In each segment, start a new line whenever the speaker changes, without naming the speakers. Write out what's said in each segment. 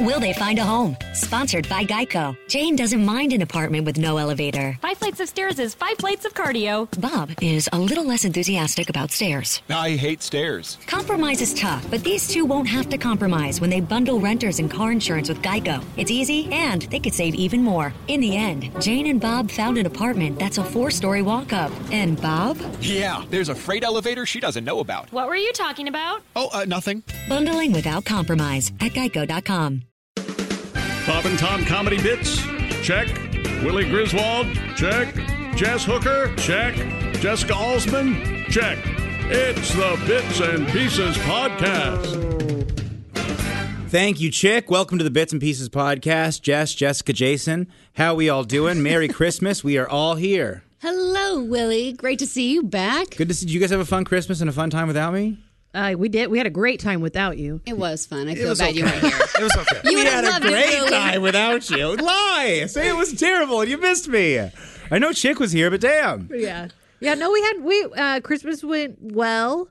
Will they find a home? Sponsored by Geico. Jane doesn't mind an apartment with no elevator.
Five flights of stairs is five flights of cardio.
Bob is a little less enthusiastic about stairs.
I hate stairs.
Compromise is tough, but these two won't have to compromise when they bundle renters and car insurance with Geico. It's easy, and they could save even more. In the end, Jane and Bob found an apartment that's a four story walk up. And Bob?
Yeah, there's a freight elevator she doesn't know about.
What were you talking about?
Oh, uh, nothing.
Bundling without compromise at geico.com.
Bob and Tom comedy bits? Check. Willie Griswold? Check. Jess Hooker? Check. Jessica Alsman? Check. It's the Bits and Pieces Podcast.
Thank you, Chick. Welcome to the Bits and Pieces podcast. Jess, Jessica, Jason, how we all doing? Merry Christmas. We are all here.
Hello, Willie. Great to see you back.
Good to see. Did you guys have a fun Christmas and a fun time without me?
Uh, we did. We had a great time without you.
It was fun. I feel bad you weren't here.
It was okay.
You
we
would've
had a
loved it,
great
Willie.
time without you. Lie. Say it was terrible and you missed me. I know Chick was here, but damn.
Yeah. Yeah. No, we had we uh, Christmas went well.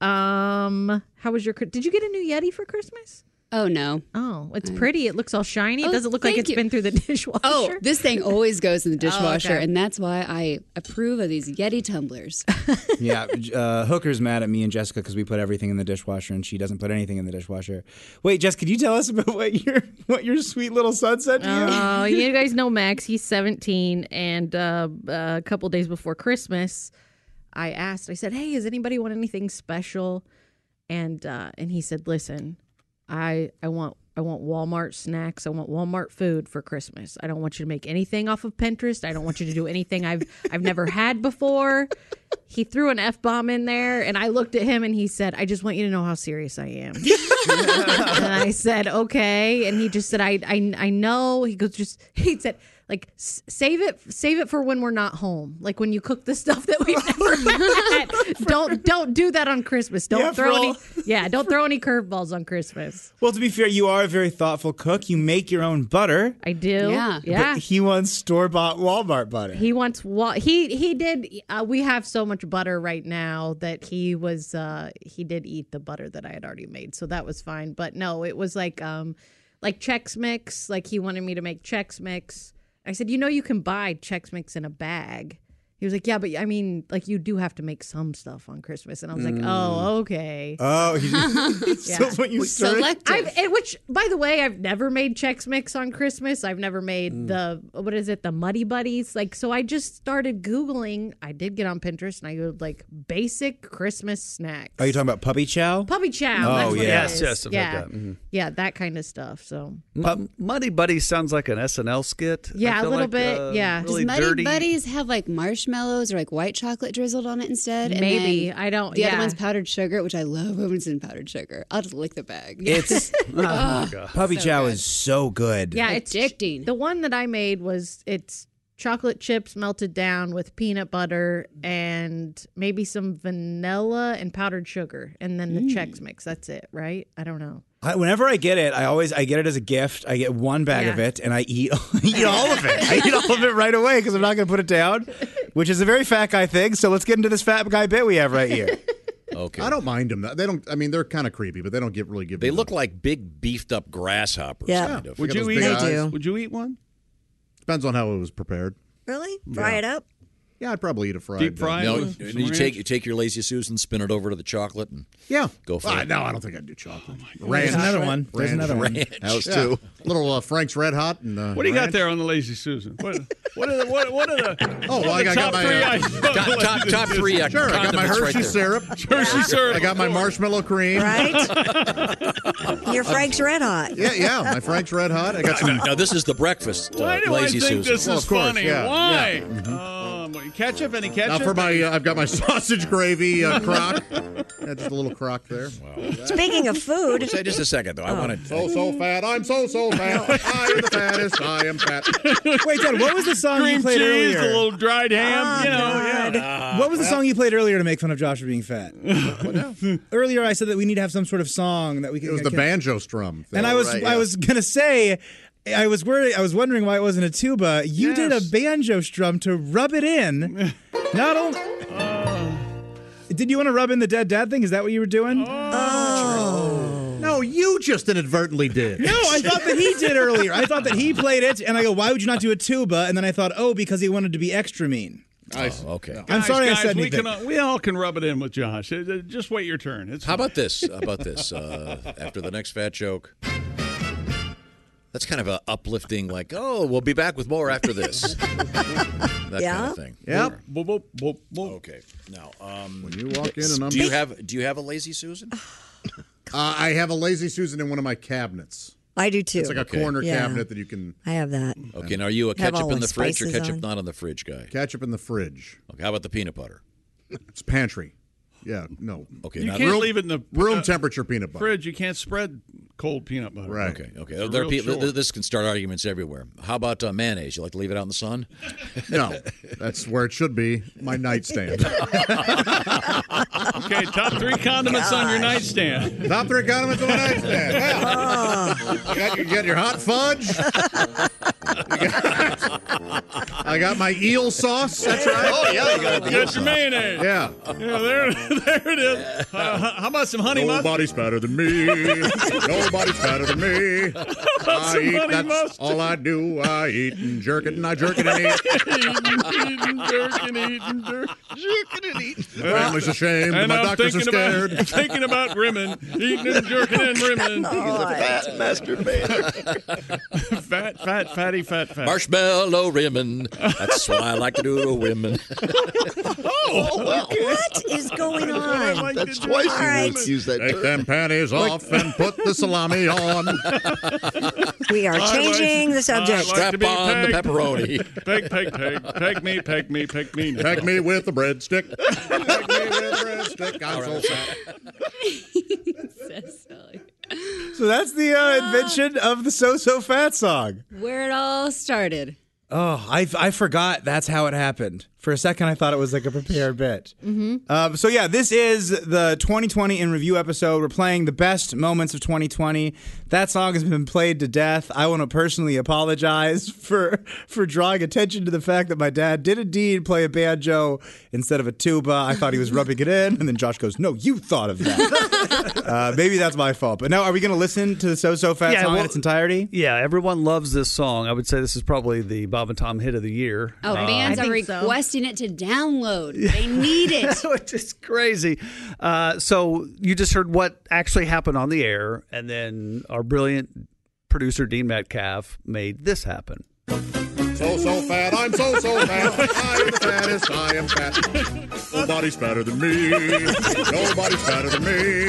Um, how was your? Chri- Did you get a new Yeti for Christmas?
Oh no.
Oh, it's pretty. It looks all shiny.
Oh,
it doesn't look like
thank
it's
you.
been through the dishwasher.
Oh, this thing always goes in the dishwasher,
okay.
and that's why I approve of these Yeti tumblers.
Yeah, uh, Hooker's mad at me and Jessica because we put everything in the dishwasher and she doesn't put anything in the dishwasher. Wait, Jess, could you tell us about what your what your sweet little son said to you?
Oh, you guys know Max. He's 17, and uh, a couple days before Christmas, I asked. I said, "Hey, does anybody want anything special?" And uh, and he said, "Listen, I I want I want Walmart snacks. I want Walmart food for Christmas. I don't want you to make anything off of Pinterest. I don't want you to do anything I've I've never had before." He threw an f bomb in there, and I looked at him, and he said, "I just want you to know how serious I am." and I said, okay. And he just said, I, I, I know. He goes, just, he said, like, s- save it, save it for when we're not home. Like when you cook the stuff that we've never had. Don't, don't do that on Christmas. Don't
Yeah, for
throw any,
all-
yeah, don't throw any curveballs on Christmas.
Well, to be fair, you are a very thoughtful cook. You make your own butter.
I do.
Yeah.
Yeah.
But he wants store bought Walmart butter.
He wants wa- he he did. Uh, we have so much butter right now that he was uh, he did eat the butter that I had already made, so that was fine. But no, it was like um like Chex Mix. Like he wanted me to make Chex Mix. I said, you know, you can buy Chex Mix in a bag. He was like, yeah, but I mean, like you do have to make some stuff on Christmas, and I was
Mm.
like, oh, okay.
oh, he just,
Yeah.
so when you stir it,
Selective.
I've, and which, by the way, I've never made Chex Mix on Christmas. I've never made
Mm.
the what is it, the Muddy Buddies? Like, so I just started googling. I did get on Pinterest and I go like basic Christmas snacks.
Are you talking about puppy chow?
puppy chow?
Oh,
that's what it
yes,
is.
yes, I've had
yeah,
that. Mhm.
yeah, that kind of stuff. So
M- Muddy Buddy sounds like an SNL skit. I
Yeah, a
feel
little
like,
bit,
uh,
yeah. Does
really
Muddy
dirty.
Buddies have like marshmallows or like white chocolate drizzled on it instead. and
Maybe.
then
I don't-
The
yeah.
other one's powdered sugar, which I love when it's in powdered sugar. I'll just lick the bag.
It's
Oh
puppy chow is so good.
yeah,
Addicting.
It's, the one that I made was it's chocolate chips melted down with peanut butter and maybe some vanilla and powdered sugar, and then the
Mm.
Chex Mix. That's it, right? I don't know.
I, whenever I get it, I always I get it as a gift. I get one bag of
Yeah.
it, and I eat eat all of it. I eat all of it right away because I'm not going to put it down, which is a very fat guy thing. So let's get into this fat guy bit we have right here.
Okay. I don't mind them. They don't. I mean, they're kind of creepy, but they don't get really give.
They look like big beefed up grasshoppers.
Yeah.
Kind of.
Would you
eat-
eat? Eyes.
Would you eat one?
Depends on how it was prepared.
Really?
Fry it up. Yeah, I'd probably eat a fried.
Deep
but-
fry?
No,
With some
you
ranch?
take you take your lazy Susan, spin it over to the chocolate, and
Yeah.
Go for
Ah,
it.
No, I don't think I'd do chocolate.
There's another one. There's
Ranch.
another one.
that was
Yeah.
two.
Little uh, Frank's Red Hot and. Uh,
What do you got
ranch.
there on the Lazy Susan? What, what are the what, what are the
Oh, well,
what
I
are the
got-
top
got my,
three
uh,
items?
Top, top, top three. Uh,
Sure, I got my
condiments
Hershey
right there.
syrup.
Hershey syrup.
I got my marshmallow cream.
Right? Your Frank's Red Hot.
Yeah, yeah, my Frank's Red Hot. I got some.
Now this is the breakfast uh,
Why do I
lazy
think
Susan.
this
Well,
is
of course,
funny?
yeah,
Why? Um,
Ketchup? Any
Now
ketchup?
for my, uh, I've got my sausage gravy uh, crock. Yeah, just a little crock there.
Speaking of food,
Say just a second though. I want to.
So so fat. I'm so so fat. I am the fattest. I am fat.
Wait, Ted, what was the song you
Cream
played
cheese,
earlier?
a little
dried ham,
Ah, you know, yeah.
yeah. What was the song you played earlier to make fun of Josh for being fat? earlier, I said that we need to have some sort of song that we could.
It was the banjo strum.
And I was I was gonna say. I was worried. I was wondering why it wasn't a tuba. You did a banjo strum to rub it in. Not only did you want to rub in the dead dad thing? Is that what you were doing?
No, you just inadvertently did.
No, I thought that he did earlier. I thought that he played it, and I go, why would you not do a tuba? And then I thought, oh, because he wanted to be extra mean.
Oh, okay.
I'm
Guys,
sorry I
guys,
said
we,
anything.
can, uh, we all can rub it in with Josh. Uh, uh, Just wait your turn. It's
How
fine.
about this? How about this? Uh, after the next fat joke. That's kind of a uplifting, like, oh, we'll be back with more after this. That kind
Yeah?
of thing.
Yep.
Okay. Now, um,
when you walk in and I'm-
do you have do you have a lazy Susan?
Uh, I have a lazy Susan in one of my cabinets.
I do too.
It's like a
Okay.
corner
Yeah.
cabinet that you can
I have that.
Okay. Now, are you a
Have all
ketchup in
the
the fridge or
spices
ketchup
on.
not on the fridge guy?
ketchup in the fridge.
Okay. How about the peanut butter?
It's pantry. Yeah, no.
Okay.
You
now-
can't leave it in the
Room
uh,
temperature peanut butter.
fridge. You can't spread cold peanut butter.
Right.
Okay. Okay.
It's a
There are
real
people-
chore.
this can start arguments everywhere. How about uh, mayonnaise? You like to leave it out in the sun?
No, that's where it should be. My nightstand.
Okay, top three condiments on your nightstand.
Top three condiments on my nightstand. Well,
Ah.
you, got, you got your hot fudge. You got- I got my eel sauce. That's right.
Oh, yeah, you got the
Get your mayonnaise.
Yeah.
Yeah, there, there it is. Uh, h- how about some honey mustard?
Nobody's fatter than me. Nobody's fatter than me. I
Somebody
eat. That's
must-
all I do. I eat and jerk it and I jerk it and eat.
eating jerk and eating jerk. Jerking and eating.
Family's ashamed.
And
my
I'm
doctors are
thinking
scared.
about thinking about rimming, eating and jerking and rimming.
Oh,
fat, fat, fatty, fat, fat.
Marshmallow rimming. That's what I like to do to women.
What is going
I
on?
like to do.
All right,
Use that
Take them panties off and put the salami on.
we are
I like-
changing the
I
subject.
like to
Strap
be
on the
pegged.
pepperoni.
Peg, peg, peg, peg me, peg me, peg me. now.
Peg me with a breadstick. Peg me with a breadstick. I'm so fat.
So that's the uh, invention of the So So Fat song.
Where it all started.
Oh, I, I forgot that's how it happened. For a second, I thought it was like a prepared bit. Um, so, yeah, this is the 2020 in review episode. We're playing the best moments of 2020. That song has been played to death. I want to personally apologize for for drawing attention to the fact that my dad did indeed play a banjo instead of a tuba. I thought he was rubbing it in, and then Josh goes, "No, you thought of that." uh, maybe that's my fault. But now, are we going to listen to the So So Fat
Yeah,
song in
well-
its entirety?
Yeah, everyone loves this song. I would say this is probably the Bob and Tom hit of the year.
Oh,
Ah.
Uh,
fans are requesting it to download. They need it.
which is crazy. Uh, so you just heard what actually happened on the air, and then our brilliant producer Dean Metcalf made this happen.
So so fat, I'm so so fat. I am the fattest, I am fat. Nobody's fatter than me. Nobody's fatter than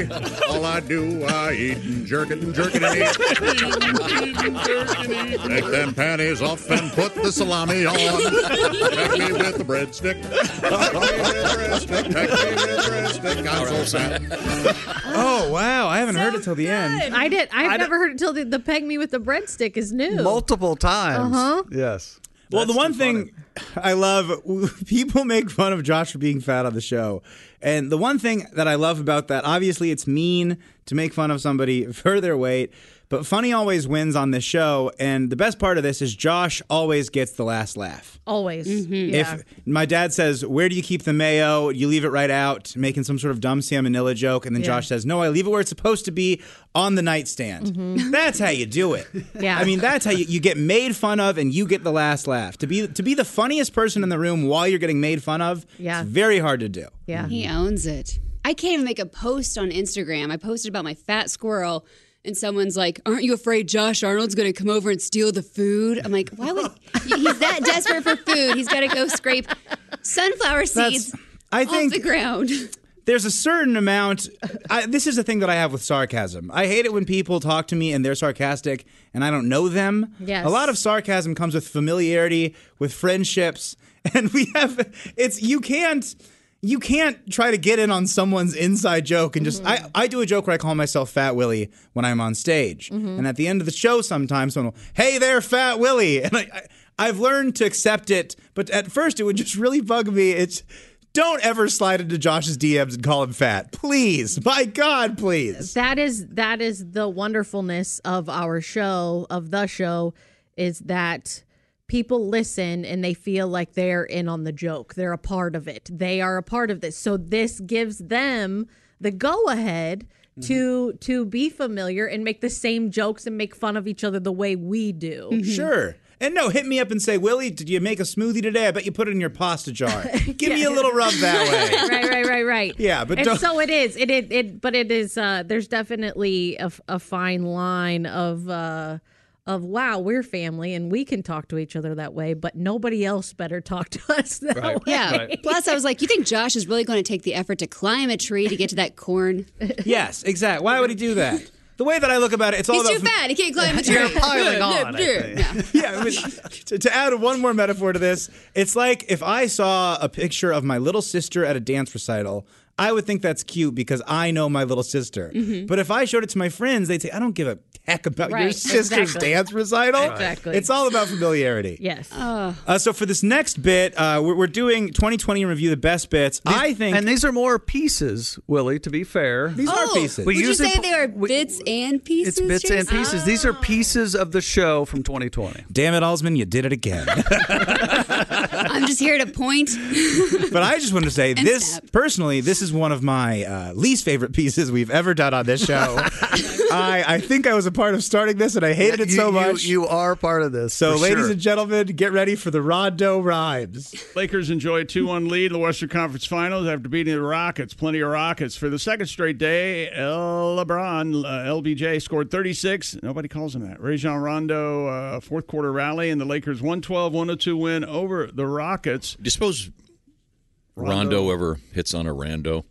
me. All I do, I eat and jerk it and jerk it and eat. Take them panties off and put the salami on. Pack me with the breadstick. Pack me with the breadstick. Pack me with the breadstick. I'm so fat.
Oh wow, I haven't heard it till the end.
I did. I've never heard it till the, the peg me with the breadstick is new.
Multiple times.
Uh-huh.
Yes.
Well, the one thing I love, people make fun of Josh for being fat on the show. And the one thing that I love about that, obviously, it's mean to make fun of somebody for their weight, but funny always wins on this show. And the best part of this is Josh always gets the last laugh.
Always.
Mm-hmm.
Yeah.
If my dad says, Where do you keep the mayo? You leave it right out, making some sort of dumb Sam Manila joke. And then
Yeah.
Josh says, No, I leave it where it's supposed to be on the nightstand. That's how you do it.
Mm-hmm. Yeah.
I mean, that's how you, you get made fun of and you get the last laugh. To be to be the funniest person in the room while you're getting made fun of,
Yeah.
it's very hard to do.
yeah.
He owns it. I can't even make a post on Instagram. I posted about my fat squirrel, and someone's like, "Aren't you afraid Josh Arnold's going to come over and steal the food?" I'm like, "Why would he's that desperate for food? He's got to go scrape sunflower
That's-
seeds
I
off
think
the ground."
there's a certain amount. I, this is the thing that I have with sarcasm. I hate it when people talk to me and they're sarcastic and I don't know them.
Yes.
A lot of sarcasm comes with familiarity, with friendships, and we have. It's you can't. You can't try to get in on someone's inside joke and just. I, I do a joke where I call myself Fat Willie when I'm on stage.
Mhm.
And at the end of the show, sometimes someone will, hey there, Fat Willie. And I, I, I've learned to accept it, but at first it would just really bug me. It's don't ever slide into Josh's DMs and call him fat. Please. My God, please.
that is that is the wonderfulness of our show of the show is that people listen and they feel like they're in on the joke they're a part of it they are a part of this so this gives them the go ahead to to be familiar and make the same jokes and make fun of each other the way we do
Sure. And no, hit me up and say, Willie, did you make a smoothie today? I bet you put it in your pasta jar. Give me a little rub that way.
right, right, right, right.
Yeah, but
and
don't-
so it is. It, it it but it is. Uh, there's definitely a, f- a fine line of uh, of wow, we're family and we can talk to each other that way, but nobody else better talk to us that way.
Yeah. Plus, I was like, you think Josh is really going to take the effort to climb a tree to get to that corn?
Yes, exactly. Why would he do that? The way that I look about it, it's all
He's
about
too fat. He can't climb a tree.
You're piling on, I
Yeah.
yeah, I mean, to, to add one more metaphor to this, it's like if I saw a picture of my little sister at a dance recital, I would think that's cute because I know my little sister.
Mm-hmm.
Mhm.
But if I showed it to my friends, they'd say, I don't give a heck about your
Right,
sister's
exactly.
dance recital.
Exactly.
It's all about familiarity.
Yes.
Uh, so for this next bit, uh, we're, we're doing 2020 in review the best bits. I think, and
these are more pieces, Willie. To be fair,
these are pieces.
Would you
usually
say they are bits and pieces?
it's bits and
Jason?
pieces. These are pieces of the show from 2020.
Damn it, Alsman, you did it again.
I'm just here to point.
but I just want to say
And
this personally. This is one of my uh, least favorite pieces we've ever done on this show. I I think I was a part of starting this, and I hated it
You-
so
you-
much.
You, are part of this.
so,
for
ladies
sure.
and gentlemen, get ready for the Rondo rhymes.
Lakers enjoy a 2 1 lead in the Western Conference Finals after beating the Rockets. Plenty of Rockets. For the second straight day, L. LeBron, uh, LBJ, scored 36. Nobody calls him that. Rajon Rondo, uh, fourth quarter rally, and the Lakers 112 102 win over the Rockets.
Do you suppose Rondo, ever hits on a rando?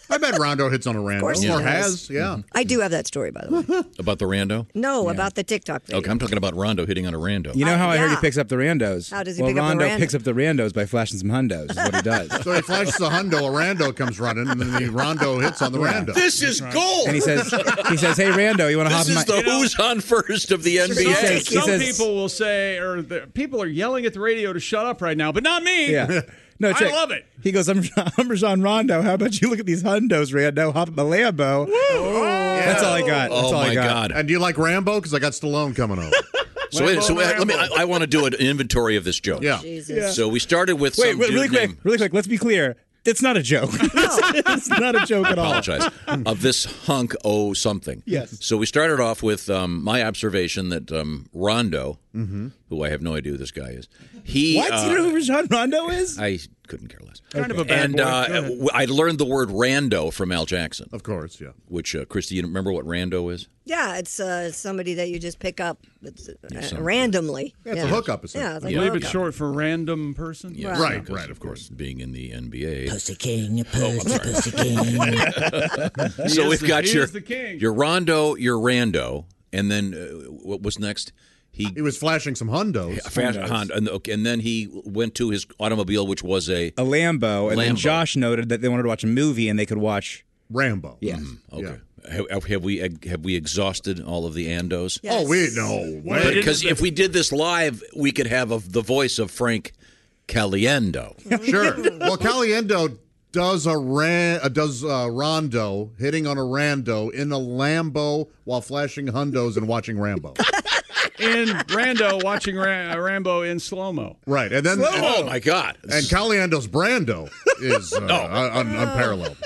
I bet Rondo hits on a rando.
course he
or
does.
has, yeah.
I do have that story, by the way.
About the rando?
No, about the TikTok video.
Okay, I'm talking about Rondo hitting on a rando.
You know how I heard he Yeah.
picks up the randos?
How does he Well, pick up the Rondo rando? picks
up the randos by flashing some hundos. Is what he does.
So he flashes a hundo, a rando comes running, and then the rondo hits on the
Yeah.
rando.
This is gold.
And he says, he says, "Hey Rando, you want to hop
This
in my?"
is the who's on first of the
Some,
NBA.
some people will say, or the, people are yelling at the radio to shut up right now, but not me.
Yeah. No,
I
check.
love it.
He goes, I'm, I'm Rajon Rondo. How about you look at these hundos, Rando? Hop in my Lambo. That's all I got. That's
Oh,
all I
my
got.
God.
And do you like Rambo? Because I got Stallone coming over.
So, wait, so wait, let me. I, I want to do an inventory of this joke.
Yeah. Jesus.
Yeah.
So we started with
Wait,
some
wait,
dude
really quick,
named-
really quick. Let's be clear. It's not a joke. it's not a joke
I
at all.
apologize. of this hunk oh something.
Yes.
So we started off with um, my observation that um, Rondo,
Mm-hmm.
who I have no idea who this guy is, he
what?
uh,
you know who Rajon Rondo is?
I couldn't care less.
Kind of a bad
and
boy.
uh,
Go ahead.
w- I learned the word rando from Al Jackson.
Of course, yeah.
Which, uh, Christy, you remember what rando is?
Yeah, it's uh, somebody that you just pick up it's, uh,
some-
randomly.
Yeah, it's a
yeah.
hookup,
it's a-
Yeah, it's like
Yeah.
a
Leave it
hookup.
short for random person.
Yes, because, Being in the NBA. Pussy king,
pussy, pussy
king.
He
so
is
we've
the-
got
he
your,
is the king.
your rondo, your rando, and then uh, what was next? He,
he was flashing some hundos.
Fast Honda, and, okay, and then he went to his automobile, which was a
A Lambo. And then
Lambo.
Josh noted that they wanted to watch a movie and they could watch
Rambo.
Yes.
Mm-hmm. okay. Have, have we have we exhausted all of the andos?
Oh, we no way.
Because if we did this live, we could have of the voice of Frank Caliendo.
sure. Well, Caliendo does a ran, uh, does a rondo hitting on a rando in a Lambo while flashing hundos and watching Rambo.
in Rando watching Ra- uh, Rambo in slow mo.
Right, and then
Slow-mo.
and-
Oh, my God.
And Caliendo's Brando is uh, un- un- unparalleled.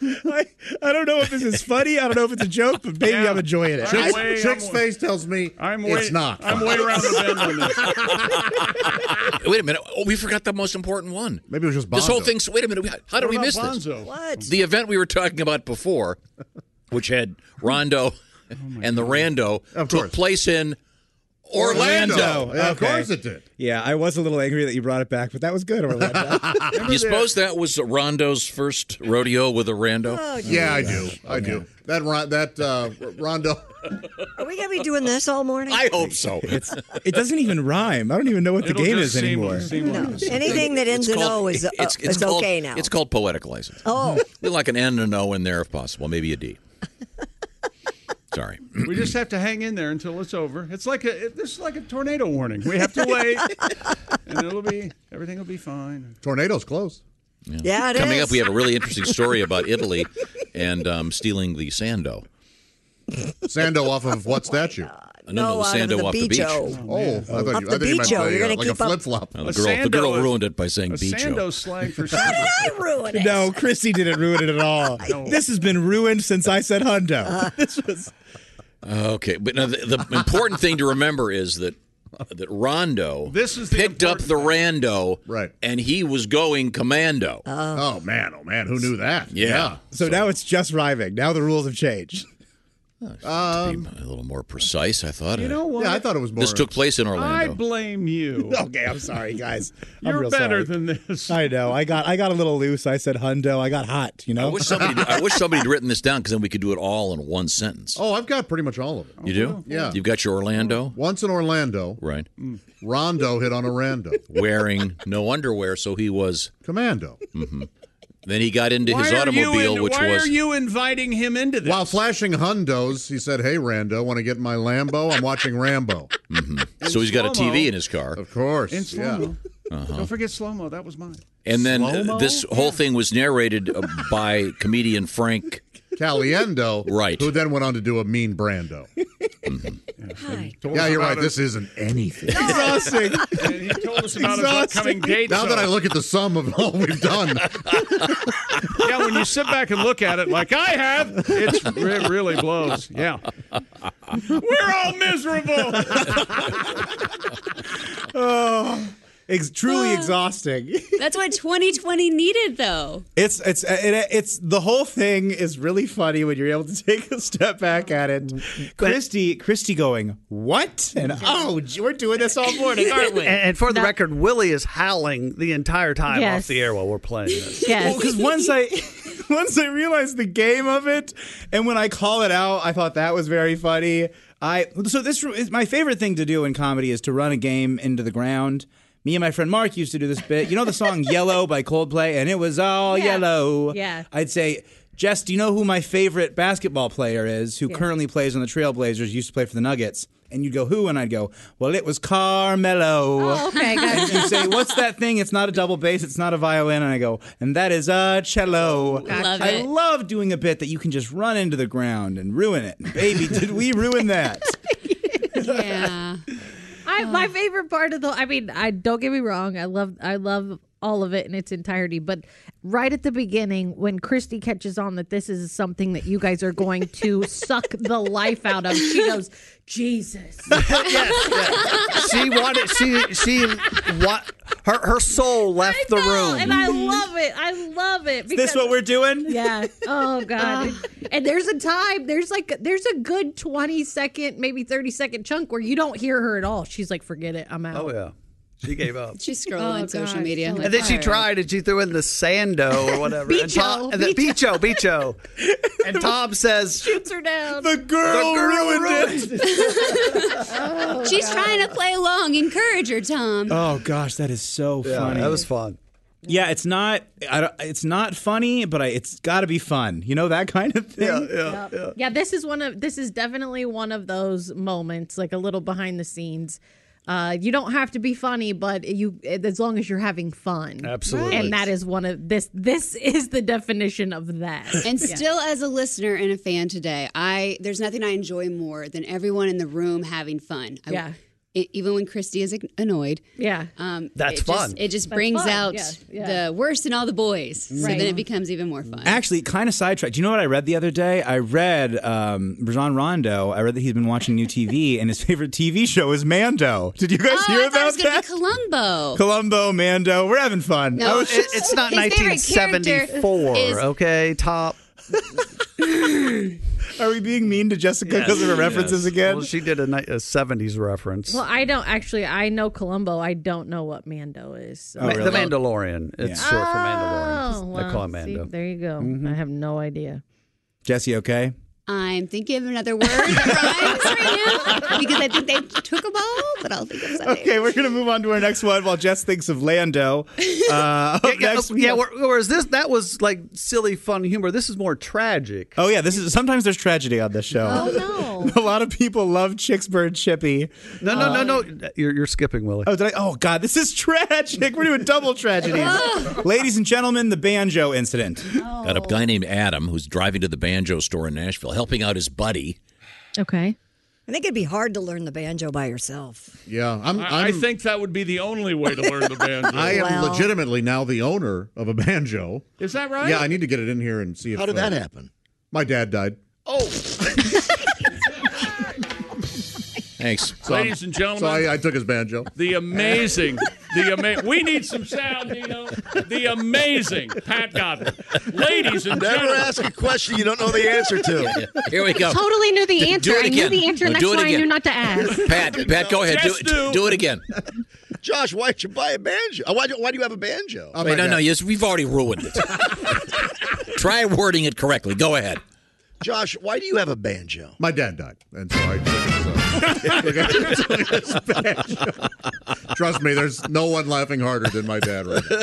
I, I don't know if this is funny. I don't know if it's a joke, but baby, I'm enjoying it.
Chick's, Chick's face tells me
I'm
it's
way-
not.
I'm way around the bend on this.
Wait a minute. Oh, we forgot the most important one.
Maybe it was just
This whole
Bonzo.
thing. So wait a minute. we- How did
What
we
about
miss
Bonzo?
this?
What?
The event we were talking about before, which had Rondo and the Rando,
Of
took
course.
place in Orlando.
Orlando.
Of course it did.
Yeah, I was a little angry that you brought it back, but that was good, Orlando.
you suppose that was Rondo's first rodeo with a rando?
Oh,
yeah, I do. I do. That Ron, that uh, Rondo.
Are we gonna be doing this all morning?
I hope so.
It's, it doesn't even rhyme. I don't even know what the
It'll
game
just
is
seem-
anymore.
seem
No. Anything that ends
It's
in O
called-
is, uh, is
called,
okay now.
It's called poetic license.
Oh.
We like an N and an O in there if possible, maybe a D. Sorry.
We just have to hang in there until it's over. It's like a it, this is like a tornado warning. We have to wait, and it'll be everything will be fine.
Tornado's close.
Yeah, it
Coming
is.
up, we have a really interesting story about Italy and um, stealing the Sando.
Sando off of what statue?
No, no,
No, out of
Sando
the
off the beach.
Beacho.
Oh, I thought
Up
you, I
the
thought you meant
Beacho.
like,
You're
uh,
gonna
like a
keep up-
flip flop.
Now, the, girl, the girl ruined it by saying Bicho.
Sando slang for
How did I ruin it?
No, Christy didn't ruin it at all. Oh, This has been ruined since I said Hundo. this was
Okay, but now the, the important thing to remember is that that Rondo
this is
picked up the rando, right? And he was going commando.
Oh. man, oh man, who knew that?
Yeah.
So, now it's just rhyming. Now the rules have changed. Um,
To be a little more precise, I thought.
You know what?
Yeah, I thought it was more-
This took place in
I
Orlando.
blame you.
okay, I'm sorry, guys. I'm
You're
real
better
sorry.
than this.
I know. I got I got a little loose. I said Hundo. I got hot. You
I,
know.
wish somebody I wish somebody had written this down because then we could do it all in one sentence.
Oh, I've got pretty much all of it.
you
Oh,
do?
Yeah.
You've got your Orlando,
Once in Orlando,
right?
Rondo hit on a rando.
Wearing no underwear, so he was. Mm-hmm.
Commando.
Then he got into his
Why are you
automobile,
in-
which
why
was
are you inviting him into this?
While flashing hundos, he said, "Hey, Rando, want to get in my Lambo? I'm watching Rambo."
so he's got a
slow-mo.
TV in his car.
Of course.
in slow mo.
Uh-huh.
Don't forget slow mo. That was mine.
And then uh,
Slow-mo?
this whole thing was narrated uh, by comedian Frank
Caliendo,
Right.
Who then went on to do a mean Brando. Yeah, you're right. This isn't anything.
Exhausting.
And he told us about his upcoming dates.
Now that I look at the sum of all we've done,
yeah, when you sit back and look at it like I have, it's, it really blows. Yeah. We're all miserable.
oh, it's truly exhausting.
That's what 2020 needed, though.
It's it's uh, it, it's the whole thing is really funny when you're able to take a step back at it. Christy Christy going what and oh gee, we're doing this all morning aren't
And,
we?
and for the record, Willie is howling the entire time
Yes.
off the air while we're playing this.
because once I once I realized the game of it, and when I call it out, I thought that was very funny. I so this is my favorite thing to do in comedy is to run a game into the ground. Me and my friend Mark used to do this bit. You know the song "Yellow" by Coldplay, and it was all
Yeah.
yellow.
Yeah.
I'd say. Jess, do you know who my favorite basketball player is who currently plays on the Trailblazers, used to play for the Nuggets? And you'd go, who? And I'd go, well, it was Carmelo.
Oh, okay,
And you
gotcha.
say, "What's that thing? It's not a double bass. It's not a violin." And I go, "And that is a cello."
Love
I
it.
love doing a bit that you can just run into the ground and ruin it. Baby, did we ruin that?
Yeah.
I, my favorite part of the I mean, I don't get me wrong, I love I love all of it in its entirety, but right at the beginning when Christy catches on that this is something that you guys are going to suck the life out of, she goes, Jesus.
She wanted she she what her her soul left the
Oh,
room.
and I love it. I love it.
Is this what we're doing?
Yeah. Oh God. and there's a time. There's like there's a good twenty second, maybe thirty second chunk where you don't hear her at all. She's like, forget it. I'm out.
oh yeah, she gave up.
She's scrolling
Oh,
social
gosh,
media.
so
like,
And then she
all right.
tried, and she threw in the Sando or whatever. and Tom,
Bicho,
and then Bicho, Bicho. And Tom says,
Puts her down.
The girl, ruined, it.
Oh,
She's trying to play along. Encourage her, Tom.
Oh gosh, that is so funny.
that was fun.
yeah, it's not. I don't, it's not funny, but I, it's got to be fun. You know that kind of thing.
Yeah, yeah.
yeah, this is one of this is definitely one of those moments, like a little behind the scenes. Uh, you don't have to be funny, but you as long as you're having fun.
Absolutely.
And that is one of this. This is the definition of that.
And still, as a listener and a fan today, I there's nothing I enjoy more than everyone in the room having fun. I-
Yeah.
e- even when Christy is ag- annoyed,
yeah.
um,
That's
it
fun.
Just, it just brings
fun,
out
yeah, yeah.
the worst in all the boys. So
Right.
then it becomes even more fun.
Actually, kind of sidetracked. Do you know what I read the other day? I read um, Rajon Rondo. I read that he's been watching new TV, and his favorite TV show is Mando. Did you guys
oh,
hear
I thought
about
it was gonna
that?
be Columbo.
Columbo, Mando, we're having fun.
No,
I
It-
was just-
it's not
His favorite character
1974,
is-
okay, Top?
Are we being mean to Jessica because of her references again?
Well, she did a, ni- a 70s reference.
Well, I don't actually. I know Columbo. I don't know what Mando is. so-
Oh,
Ma- The Mandalorian. It's short for
Oh,
Mandalorian. they call
well,
it
see,
Mando.
there you go.
Mm-hmm.
I have no idea.
Jesse, okay?
I'm thinking of another word that rhymes right now because I think they took them all, but I'll think of something.
Okay, we're gonna move on to our next one while Jess thinks of Lando. Uh,
yeah, yeah, yeah, where- whereas this that was like silly, fun humor. This is more tragic.
Oh yeah, this is sometimes there's tragedy on this show.
Oh
no! a lot of people love Chicksburg Chippy. Um,
No, no, no, no. You're, you're skipping, Willie.
Oh, did I? Oh God, this is tragic. We're doing double tragedies, ladies and gentlemen. The banjo incident.
Got a guy named Adam who's driving to the banjo store in Nashville, helping out his buddy.
Okay.
I think it'd be hard to learn the banjo by yourself.
Yeah, I'm.
I, I
I'm-
think that would be the only way to learn the banjo.
I am legitimately now the owner of a banjo.
Is that right?
Yeah, I need to get it in here and see if.
How did that
happen? My dad died.
Oh.
Thanks.
Ladies and gentlemen.
So I, I took his banjo.
The amazing, the amazing. We need some sound, Nino. The amazing Pat Godwin. Ladies and
Never
gentlemen.
ask a question you don't know the answer to.
Here we go.
Totally knew the
Do-
answer.
Do it
I knew
again.
the answer,
No,
and that's
do it
why I
again.
knew not to ask.
Pat, Pat, go ahead. Do
Just
it.
do.
Do it again.
Josh, why did you buy a banjo? Uh, Why do, why do you have a banjo?
Oh,
Wait, no, no. Yes, we've already ruined it. Try wording it correctly. Go ahead.
Josh, why do you have a banjo?
My dad died, and so I took his, uh, took his banjo. Trust me, there's no one laughing harder than my dad right now.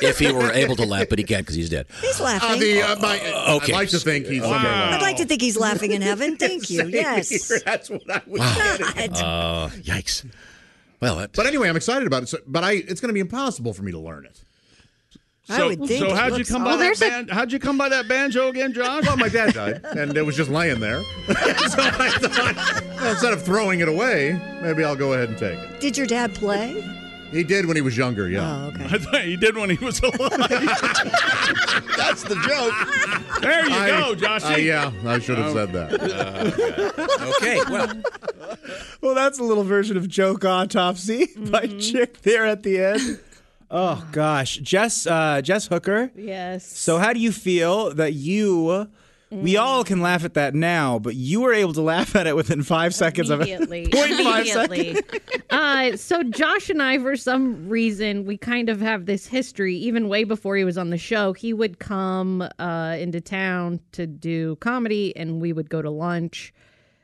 If he were able to laugh, but he can't because he's dead.
He's laughing.
Uh, the, uh, my,
okay.
I'd like to think he's
Wow.
somewhere laughing.
I'd like to think he's laughing in heaven. Thank you.
Same
Yes.
here. That's what I was
God.
Uh, yikes. Well, that-
but anyway, I'm excited about it. So, but I, it's going to be impossible for me to learn it.
I
So,
would think
so
it
how'd you Oh,
looks
come
awful.
by that ban- How'd you come by that banjo again, Josh?
Well, my dad died, and it was just laying there. so I thought, well, instead of throwing it away, maybe I'll go ahead and take it.
Did your dad play?
He did when he was younger, yeah.
Oh, okay.
I thought he did when he was alive.
That's the joke.
there you
I-
go, Josh. Oh,
I- yeah, I should have said that.
okay. Well,
Well, that's a little version of joke autopsy by
Mm-hmm.
Chick there at the end. Oh gosh, Jess, uh, Jess Hooker.
Yes. Mm.
So, how do you feel that you? We all can laugh at that now, but you were able to laugh at it within five seconds of it.
immediately.
0.5
immediately. uh, so Josh and I, for some reason, we kind of have this history. Even way before he was on the show, he would come uh, into town to do comedy, and we would go to lunch.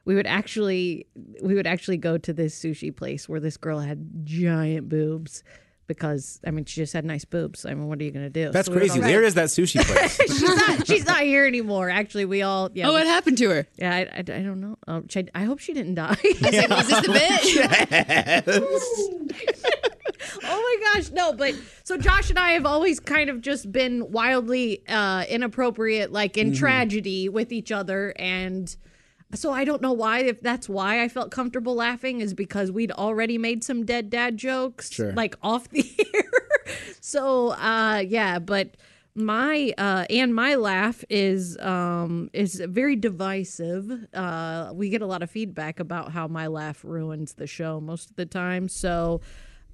We would actually, we would actually go to this sushi place where this girl had giant boobs. Because I mean, she just had nice boobs. I mean, what are you gonna do?
That's
So we would
crazy.
all-
Where is that sushi place?
she's not. She's not here anymore. Actually, we all. Yeah,
Oh,
we-
what happened to her?
yeah, I, I, I don't know. Um, she- I hope she didn't die.
Is this the bit?
oh my gosh, no! But so Josh and I have always kind of just been wildly uh, inappropriate, like in tragedy with each other, and so I don't know why. If that's why I felt comfortable laughing, is because we'd already made some dead dad jokes,
Sure.
like off the air. so uh, yeah, but my uh and my laugh is um is very divisive uh we get a lot of feedback about how my laugh ruins the show most of the time so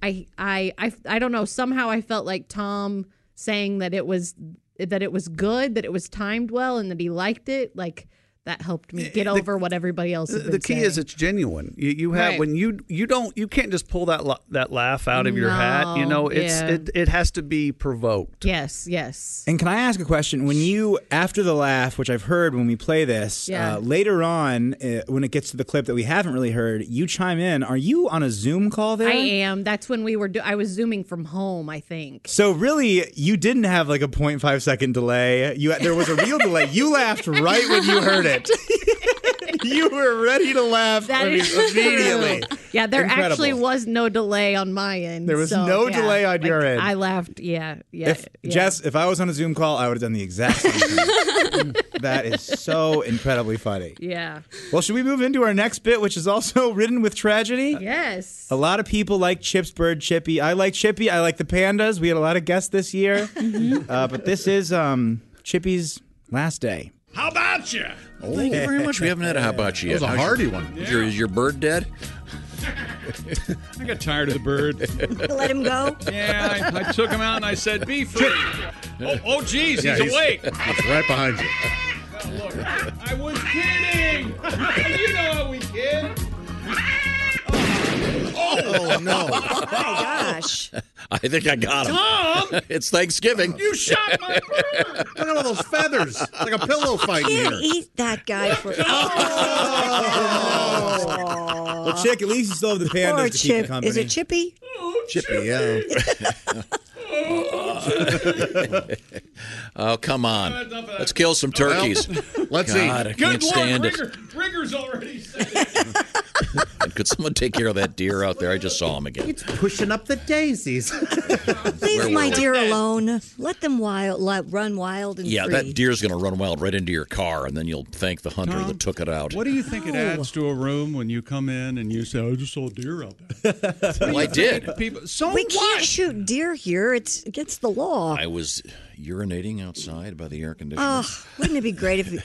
i i i, I don't know somehow i felt like tom saying that it was that it was good that it was timed well and that he liked it like that helped me get over what everybody else had been
the key
saying.
is it's genuine. You, you have
Right.
when you you don't you can't just pull that la- that laugh out of your hat. You
No,
know it's
yeah.
it, it has to be provoked.
yes yes
And can I ask a question? When you, after the laugh, which I've heard when we play this,
Yeah.
uh, later on, uh, when it gets to the clip that we haven't really heard, you chime in. Are you on a Zoom call there?
i am that's when we were do- i was zooming from home i think
So really, you didn't have like a 0.5 second delay. You there was a real delay. You laughed right when you heard it. you were ready to laugh
That
imme-
is
immediately.
true. Yeah, there
Incredible.
actually was no delay on my end.
There was
so,
no
yeah.
delay on your end.
I laughed. Yeah, yeah.
If
yeah.
Jess, if I was on a Zoom call, I would have done the exact same thing. that is so incredibly funny.
yeah.
Well, should we move into our next bit, which is also ridden with tragedy?
Yes.
A lot of people like Chips Bird Chippy. I like Chippy. I like the pandas. We had a lot of guests this year.
Mm-hmm.
uh, but this is um, Chippy's last day.
How about you?
thank you very much. We haven't had a how about you yet.
That was a
How's
hardy
your-
one.
Is your, is your bird dead?
I got tired of the bird.
Let him go.
yeah, I, I took him out and I said, "Be free." Oh, oh geez, he's awake.
He's right behind you.
Look, I was kidding. you know how we kid.
Oh no! Oh my
gosh!
I think I got him.
Tom!
it's Thanksgiving.
You shot my bird!
Look at all those feathers. It's like a pillow
I can't eat that guy for. Oh,
Well, Chick, at least you still have the pandas
Poor
to keep you
Chip.
company.
Is it Chippy?
Chippy, yeah. oh come on! Let's kill some turkeys.
let's see.
God, I can't
Good Lord,
stand it.
Rigger, Rigger's already said
And could someone take care of that deer out there? I just saw him again.
pushing up the daisies.
Leave
Where
my
were we?
deer alone. Let them wild, let, run wild and
Yeah,
free.
that deer's going to run wild right into your car, and then you'll thank the hunter
Tom,
that took it out.
What do you think it adds to a room when you come in and you say, I just saw a deer out there?
Well, I did.
People, so
we can't shoot deer here. It's against the law.
I was urinating outside by the air conditioner.
Oh, wouldn't it be great if he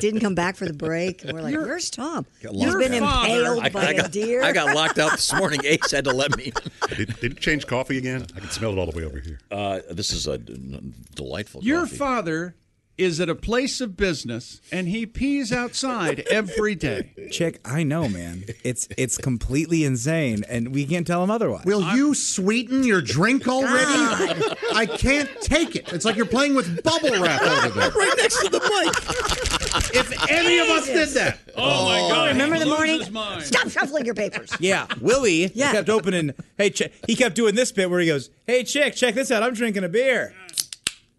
didn't come back for the break? And we're like, where's Tom?
Got
He's
locked
been
out.
impaled
I-
by
I
a
got-
deer.
I got locked out this morning. Ace had to let me.
Did, did it change coffee again? I can smell it all the way over here.
Uh, this is a d- n- delightful.
Your
coffee.
father is at a place of business and he pees outside every day.
Chick, I know, man. It's it's completely insane, and we can't tell him otherwise.
Will you sweeten your drink already? I can't take it. It's like you're playing with bubble wrap over there.
right next to the mic.
If any of us did
Jesus.
that.
Oh, my God.
Remember the
He loses
morning?
mine.
Stop shuffling your papers.
Yeah, Willie
Yeah.
kept opening. Hey, Chick, he kept doing this bit where he goes, "Hey, Chick, check this out. I'm drinking a beer.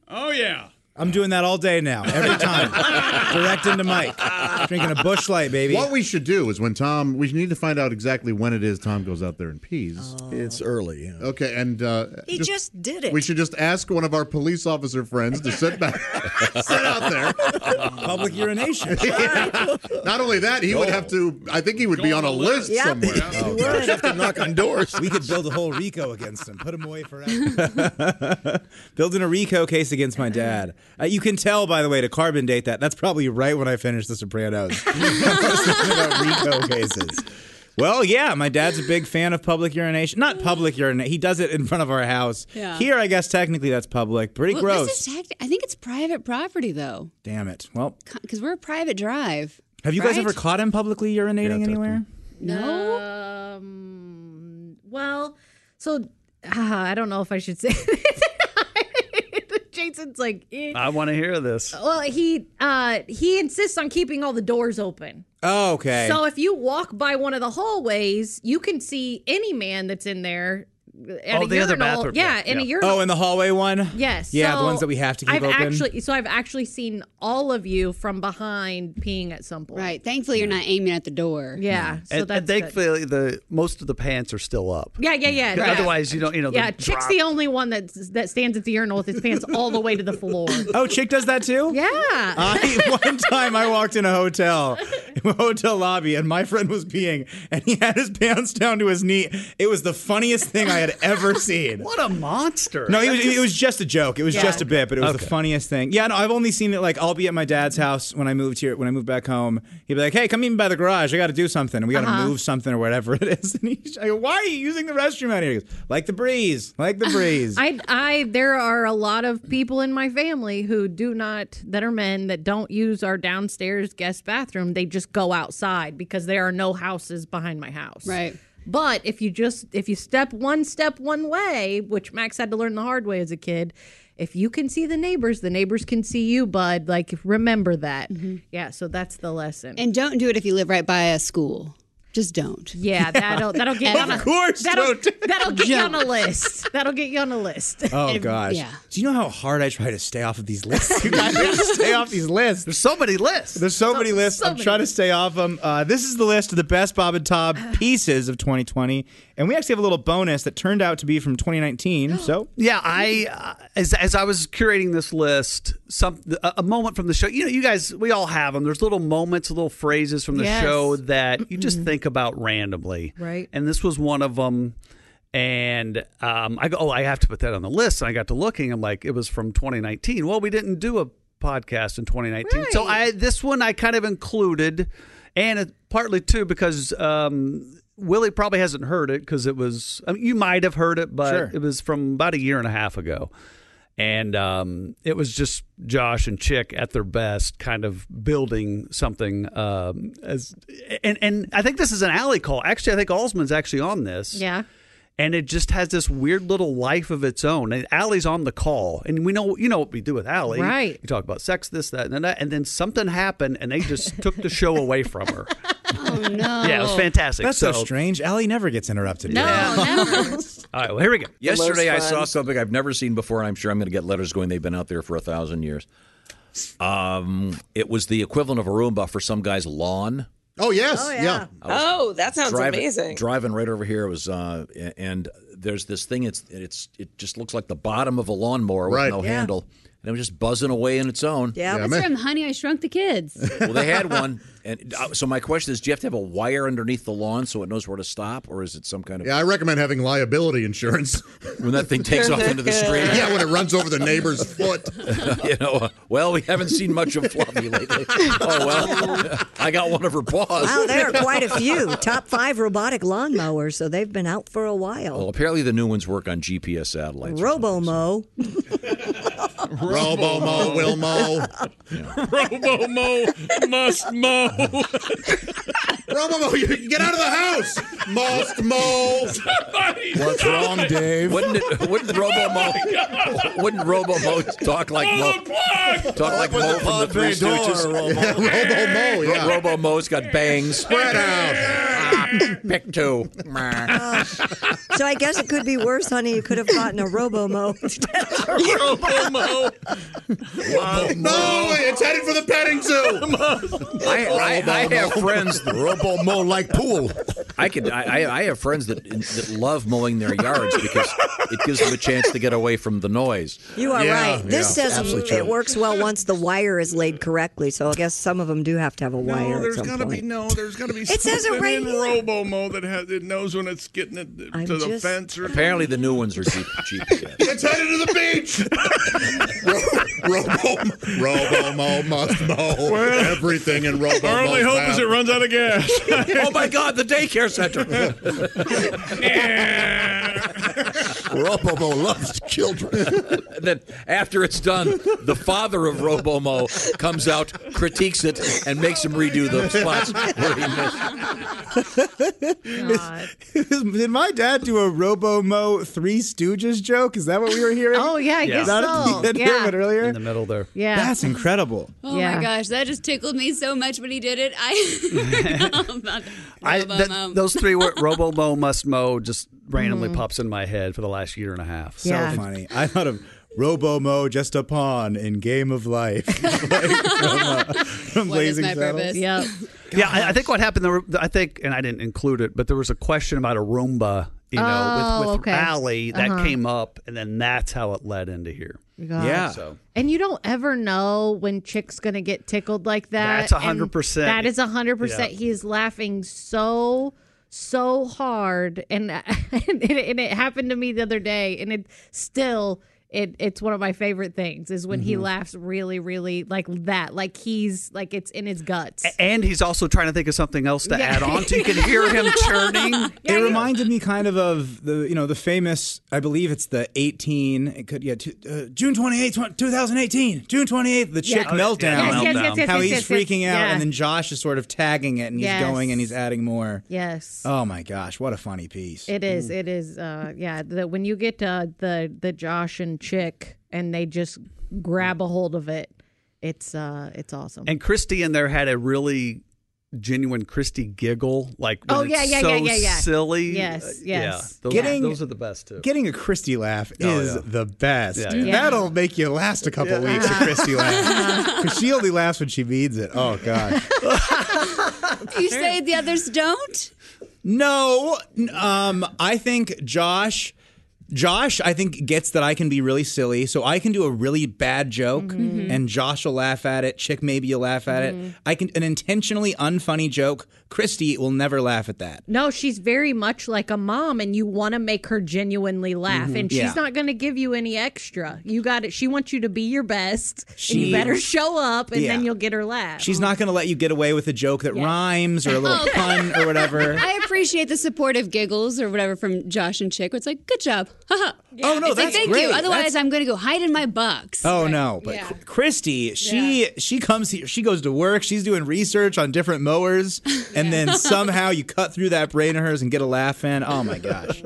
Oh, yeah.
I'm doing that all day now, every time, direct into Mike, drinking a bush light, baby."
What we should do is when Tom, we need to find out exactly when it is Tom goes out there and pees.
Oh. It's early. Yeah.
Okay, and uh,
He just did it.
we should just ask one of our police officer friends to sit back, sit out there.
Public urination.
Not only that, he would have to. I think he would be on a list
Yep.
somewhere. Oh,
You would.
knock on doors.
We could build a whole RICO against him, put him away forever. Building a RICO case against my dad. Uh, you can tell, by the way, to carbon date that. That's probably right when I finished The Sopranos. I was thinking about RICO cases. Well, yeah, my dad's a big fan of public urination. Not public urination. He does it in front of our house.
Yeah.
Here, I guess technically that's public. Pretty
Well,
gross.
This is tech- I think it's private property though,
Damn it. Well,
because we're a private drive.
have you guys
right?
ever caught him publicly urinating anywhere?
No.
Um, well, so uh, I don't know if I should say. Jason's like, eh.
I want to hear this.
well, he uh he insists on keeping all the doors open.
Oh, okay.
So if you walk by one of the hallways, you can see any man that's in there. At
Oh,
a
the
urinal.
other bathroom.
Yeah, in a
Yeah.
urinal.
oh, in the hallway one?
Yes.
Yeah, the
so
ones that we have to keep
I've
open.
Actually, so I've actually seen all of you from behind peeing at some point.
Right. Thankfully, you're not aiming at the door.
Yeah. So
and,
that's good.
and thankfully, the most of the pants are still up.
Yeah, yeah, yeah.
'Cause
yeah.
Otherwise, you don't. You know.
yeah,
the
Chick's
drop-
the only one that that stands at the urinal with his pants all the way to the floor.
Oh, Chick does that too?
Yeah.
I, one time I walked in a hotel, in a hotel lobby, and my friend was peeing, and he had his pants down to his knee. It was the funniest thing I had ever seen.
What a monster!
No, it was, it was just a joke. It was
Yeah.
just a bit, but it was
Okay.
the funniest thing. Yeah, no, I've only seen it like I'll be at my dad's house when I moved here. When I moved back home, he'd be like, "Hey, come meet me by the garage. I got to do something. and We got to
Uh-huh.
move something or whatever it is." And he, I go, "Why are you using the restroom out here?" He goes, "Like the breeze, like the breeze."
I, I, there are a lot of people in my family who do not, that are men that don't use our downstairs guest bathroom. They just go outside because there are no houses behind my house.
Right.
But if you just, if you step one step one way, which Max had to learn the hard way as a kid, if you can see the neighbors, the neighbors can see you, bud. Like, remember that. Yeah. So that's the lesson.
Mm-hmm. And don't do it if you live right by a school. Just don't.
yeah, that'll that'll get you on a
course,
that'll,
don't.
that'll get you on a list. That'll get you on a list.
Oh gosh!
yeah.
Do you know how hard I try to stay off of these lists? You guys I stay off these lists.
There's so many lists.
There's so, many lists.
so
I'm
many
trying to stay off them. Uh, this is the list of the best Bob and Todd pieces of 2020, and we actually have a little bonus that turned out to be from 2019. so
Yeah, I uh, as as I was curating this list, some a a moment from the show. You know, you guys, we all have them. There's little moments, little phrases from the
Yes. Mm-hmm.
show that you just think about randomly,
Right.
And this was one of them. And um, I go, oh, I have to put that on the list. And I got to looking. I'm like, it was from 2019. Well, we didn't do a podcast in 2019, so I this one I kind of included, and it, partly too because. Um, Willie probably hasn't heard it because it was. I mean, you might have heard it, but
Sure.
it was from about a year and a half ago And um, it was just Josh and Chick at their best, kind of building something. Um, as and and I think this is an alley call. Actually, I think Alsman's actually on this.
Yeah.
And it just has this weird little life of its own. And Allie's on the call, and we know you know what we do with Allie.
Right.
You talk about sex, this, that, and that, and then something happened, and they just took the show away from her.
Oh no!
Yeah, it was fantastic.
That's so, strange. Allie never gets interrupted.
All right, well, here we go.
Yesterday, I saw something I've never seen before, and I'm sure I'm going to get letters going. They've been out there for a thousand years. Um, it was the equivalent of a Roomba for some guy's lawn.
Oh yes, yeah.
I was
Oh, that sounds
driving,
amazing.
Driving right over here was, uh, a- and there's this thing. It's it's it just looks like the bottom of a lawnmower with
Right.
no
Yeah.
handle, and it was just buzzing away on its own.
That's from Honey, I Shrunk the Kids.
well, they had one, and uh, so my question is: Do you have to have a wire underneath the lawn so it knows where to stop, or is it some kind of?
Yeah, I recommend having liability insurance
when that thing takes off into the street.
Yeah, when it runs over the neighbor's foot.
you know, uh, well, we haven't seen much of Fluffy lately. Oh well, I got one of her paws.
Wow, there are quite a few. Top five robotic lawnmowers, so they've been out for a
Well,
while.
apparently the new ones work on GPS satellites.
Robomo.
Robomo will mow.
Robo Mo must mow.
Robo Mo, you get out of the house. Must mow. Somebody
What's wrong, Dave? Wouldn't it, wouldn't
Oh
Robomo wouldn't Robomo talk like Mo talk like Mo from the Three Stooges? Robomo, yeah. Robomo's got bangs. Spread out. Pick two.
So I guess it could be worse, honey. You could have gotten a Robomo.
Robomo. no, it's headed for the petting zoo.
I, I, I have friends robo mow like pool. I could I, I I have friends that that love mowing their yards because it gives them a chance to get away from the noise.
You are right. This
Yeah,
says
absolutely
it
true.
works well once the wire is laid correctly. So I guess some of them do have to have a wire.
No,
at
there's
some
gotta
point.
be no. There's gotta be
It says it
something
right
in
here.
Robo Mo that has it knows when it's getting it to
I'm
the
just-
fence or
Apparently the new ones are cheap. cheap.
It's headed to the beach. Robo, Robo Mo must mow everything in Robo.
Our only hope is it runs out of gas.
oh my God, the daycare center. Robomo loves children. and then after it's done, the father of Robomo comes out, critiques it, and makes him redo the spots where he missed.
Did my dad do a Robomo Three Stooges joke? Is that what we were hearing?
Oh, yeah, I Yeah. guess
Not-
so.
You didn't
Yeah.
hear it earlier? In
the middle there.
Yeah.
That's incredible.
Oh my gosh, that just tickled me so much when he did it. I
I, that-
Robomo.
those three were Robo Mo must mow just randomly pops in my head for the last year and a half.
So funny. I thought of Robomo just a pawn in Game of Life. Like, from, uh, from Blazing Saddles.
Yep.
Yeah, I, I think what happened there. I think, and I didn't include it, but there was a question about a Roomba, you know,
Oh,
with, with
okay.
Allie that
Uh-huh.
came up, and then that's how it led into here.
Gosh.
So
And you don't ever know when Chick's going to get tickled like that.
That's 100%.
And That is 100%.
Yeah.
He is laughing so, so hard. And, and, it, and it happened to me the other day. And it still, it, it's one of my favorite things is when he
Mhm.
laughs really, really like that. Like he's, like it's in his guts.
A- And he's also trying to think of something else to
Yeah.
add on to. You can hear him churning.
it reminded me kind of of the you know the famous I believe it's the 18 it could yeah two, uh, June 28 tw- 2018 June 28th the
Yeah.
chick
Oh, yeah.
meltdown
Yes, yes, yes, yes,
how
yes,
he's
yes, yes.
freaking out
Yeah.
and then Josh is sort of tagging it and he's
Yes.
going and he's adding more
Yes.
oh my gosh what a funny piece
mm.
It is. It is. Uh, yeah. The, when you get uh, the the Josh and Chick, and they just grab
Mm.
a hold of it, it's uh, it's awesome.
And Christy in there had a really genuine Christy giggle, like when
Oh, yeah,
it's
yeah,
so
yeah, yeah, yeah.
silly.
Yes,
Uh,
yes.
Yeah, those,
Getting-
those are the best too.
getting a Christie laugh
Oh,
is
yeah.
the best
Yeah, yeah.
that'll make you last a couple weeks a Christie laugh
Uh-huh.
because she only laughs when she means it oh gosh
you say the others don't.
No, n- um, I think Josh. Josh, I think gets that I can be really silly, so I can do a really bad joke,
Mm-hmm.
Mhm.
and Josh will laugh at it. Chick, maybe you'll laugh at
Mhm.
it. I can an intentionally unfunny joke. Christy will never laugh at that.
No, she's very much like a mom, and you want to make her genuinely laugh,
Mhm.
and she's
Yeah.
not going to give you any extra. You got it. She wants you to be your best, and
She-
you better show up, and
Yeah.
then you'll get her laugh. Oh,
She's not going to let you get away with a joke that rhymes or a little pun or whatever.
I appreciate the supportive giggles or whatever from Josh and Chick. Where it's like, good job. Haha.
Oh, no,
It's like,
that's
thank
great.
you. Otherwise,
That's-
I'm going to go hide in my box.
Oh no, but
Yeah.
Chr- Christy, she she comes here, she goes to work, she's doing research on different mowers, and then somehow you cut through that brain of hers and get a laugh in. Oh my gosh.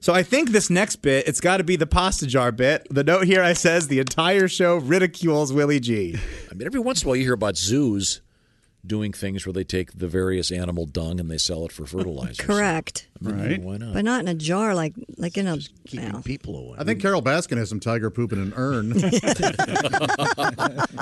So I think this next bit, it's got to be the pasta jar bit. The note here I says the entire show ridicules Willie G.
I mean, every once in a while you hear about zoos doing things where they take the various animal dung and they sell it for fertilizer.
Correct.
Right. Why not?
But not in a jar, like like in a.
keeping people away.
I think Carol Baskin has some tiger poop in an urn.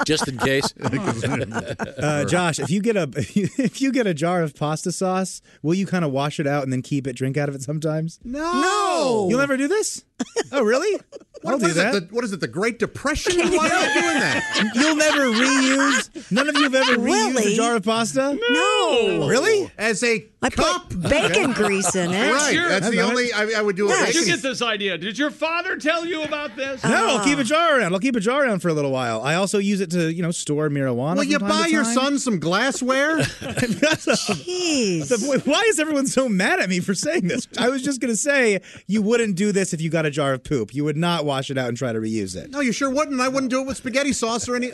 Just in case.
Uh, Josh, if you get a if you get a jar of pasta sauce, will you kind of wash it out and then keep it, drink out of it sometimes?
No. No.
You'll never do this? Oh, really? I'll
What- what
do
is it,
that.
the- what is it? The Great Depression? Why are you doing that?
You'll never reuse. None of you have ever reused a
Really?
jar of pasta.
No.
really?
As a I cup,
bacon grease in it.
Right,
Sure.
that's the
That's
only I, I would do.
Yeah.
A
Did you
bacon.
get this idea? Did your father tell you about this?
No, I'll
Ah.
keep a jar around. I'll keep a jar around for a little while. I also use it to, you know, store marijuana.
Will
from
you
time
buy
to
your
time.
son some glassware?
Jeez.
Why is everyone so mad at me for saying this? I was just going to say you wouldn't do this if you got a jar of poop. You would not wash it out and try to reuse it.
No, you sure wouldn't. I wouldn't do it with spaghetti sauce or any.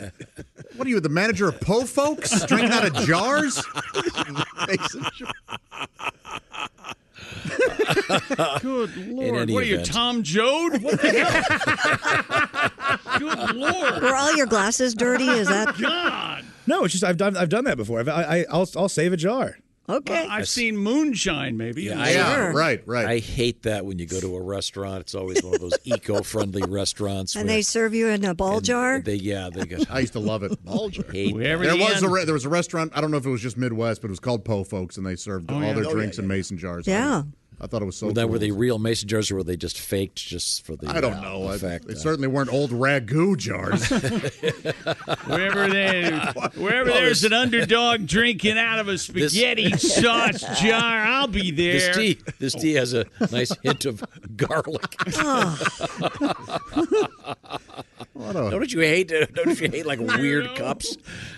What are you, the manager of Po' Folks? Drinking out of jars?
Good lord!
any
What are you,
event.
Tom Joad? What the hell? Good lord!
Were all your glasses dirty? Is that
God?
No, it's just I've done I've done that before. I've, I, I I'll I'll save a jar.
Okay.
I've seen moonshine, maybe.
right, right.
I hate that when you go to a restaurant. It's always one of those eco-friendly restaurants.
And
where
they serve you in a ball jar.
they, yeah, they go.
I used to love it. Bulger.
Hate that.
There was a re- there was a restaurant. I don't know if it was just Midwest, but it was called Po' Folks, and they served all their
Oh, yeah,
drinks in
yeah.
mason jars.
Yeah.
I thought it was so.
Well, now,
cool.
were they real mason jars or were they just faked just for the?
I don't
uh,
know. I-
Effect?
they certainly weren't old ragu jars.
Wherever they, wherever
Well,
there's
this-
an underdog drinking out of a spaghetti sauce jar, I'll be there.
This tea, this tea has a nice hint of garlic. Don't you hate? uh, Don't you hate like weird cups?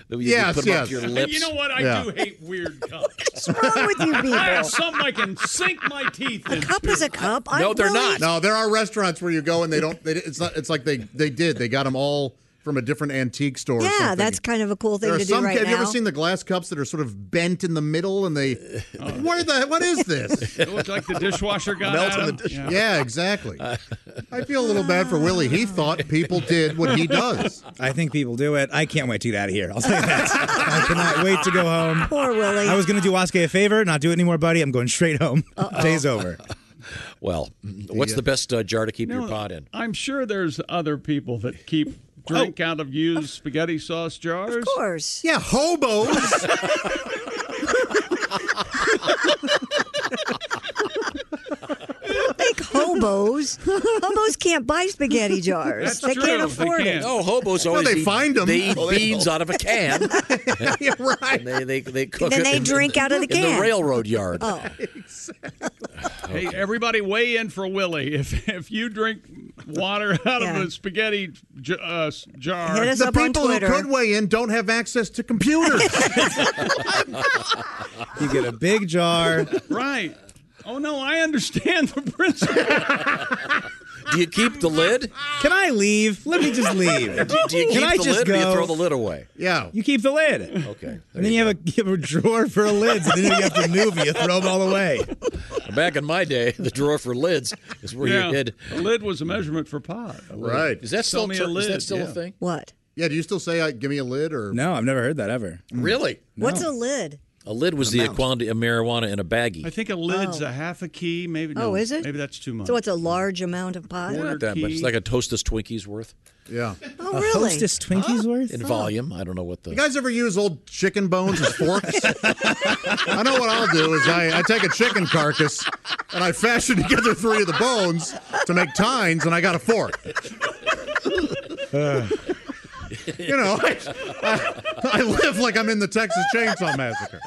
That you
Yes,
put
yes.
Up to your
And
lips.
you know what? I do hate weird cups. What's
wrong with you people?
I have something I can sink my teeth in.
cup is a cup? I really-
No, there are restaurants where you go and they don't. They, it's not. It's like they they did. They got them all from a different antique store. or
Yeah,
something.
that's kind of a cool thing
There are
to do
some-
right
have
now.
you ever seen the glass cups that are sort of bent in the middle and they?
Oh.
where the? What is this?
It looks like the dishwasher got
Melt
at
in the
him.
dishwasher. Yeah, exactly. I feel a little bad for Willie. He thought people did what he does.
I think people do it. I can't wait to get out of here. I'll say that. I cannot wait to go home.
Poor Willie.
I was going to do Waske a favor, not do it anymore, buddy. I'm going straight home. Day's over.
Well, what's the best uh, jar to keep your pot in?
I'm sure there's other people that keep drink out of used spaghetti sauce jars. Of
course.
Yeah, hobos.
Like hobos. hobos can't buy spaghetti jars. they can't afford it.
No, hobos
No,
always
they
eat-
find 'em.
They eat
Oh, they
beans
don't.
out of a can.
right.
And they, they, they cook
then
it
they
in-
drink out of the
In
can.
the railroad yard.
Oh.
Hey, everybody, weigh in for Willie. If if you drink water out
Yeah.
of a spaghetti j- uh, s- jar,
the people who could weigh in don't have access to computers.
You get a big jar.
right? Oh no, I understand the principle.
Do you keep the lid?
Can I leave? Let me just leave.
do, do you
Can
keep
I
the
just
lid
go?
or you throw the lid away?
Yeah.
You keep the lid.
Okay.
And then you have, a, you have a drawer for lids, and then you have to move it. You throw them all away.
Back in my day, the drawer for lids is where
Yeah.
you hid.
A lid was a measurement for pot.
Right.
Is that
Sell
still
me
tr-
a lid?
is that still
yeah.
a thing?
What?
Yeah. Do you still say, uh, "Give me a lid"? Or
No, I've never heard that ever.
Really?
What's a lid?
A lid was the quantity of marijuana in a baggie.
I think a lid's a half a key, maybe.
Oh,
no,
is it?
Maybe that's too much.
So it's a large amount of pot.
Not that much. It's like a Toastus Twinkie's worth.
Yeah.
Oh, really?
Hostess Twinkies worth?
In volume. I don't know what the.
You guys ever use old chicken bones as forks? I know what I'll do is I, I take a chicken carcass and I fashion together three of the bones to make tines, and I got a fork. You know, I, I, I live like I'm in the Texas Chainsaw Massacre.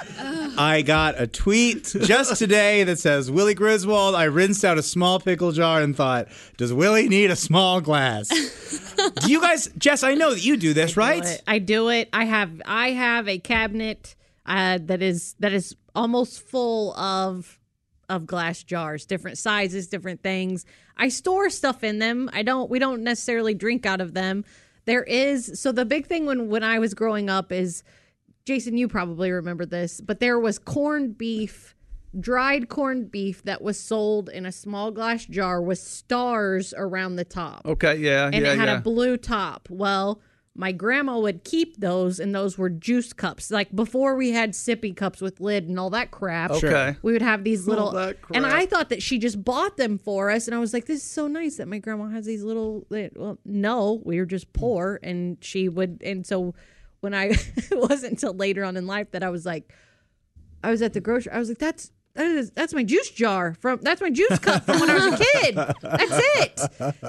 I got a tweet just today that says Willie Griswold. I rinsed out a small pickle jar and thought, does Willie need a small glass? do you guys, Jess? I know that you do this, right?
But I do it. I have I have a cabinet uh, that is that is almost full of of glass jars, different sizes, different things. I store stuff in them. I don't we don't necessarily drink out of them. There is so the big thing when when I was growing up is Jason, you probably remember this, but there was corned beef, dried corned beef that was sold in a small glass jar with stars around the top.
Okay, yeah,
And
yeah,
it had
yeah.
a blue top. Well, my grandma would keep those, and those were juice cups. Like before we had sippy cups with lid and all that crap.
Okay.
We would have these
All
little.
that
And
crap.
I thought that she just bought them for us. And I was like, this is so nice that my grandma has these little. Well, no, we were just poor. And she would. And so when I. it wasn't until later on in life that I was like, I was at the grocery. I was like, that's. That is, that's my juice jar from that's my juice cup from when I was a kid. That's it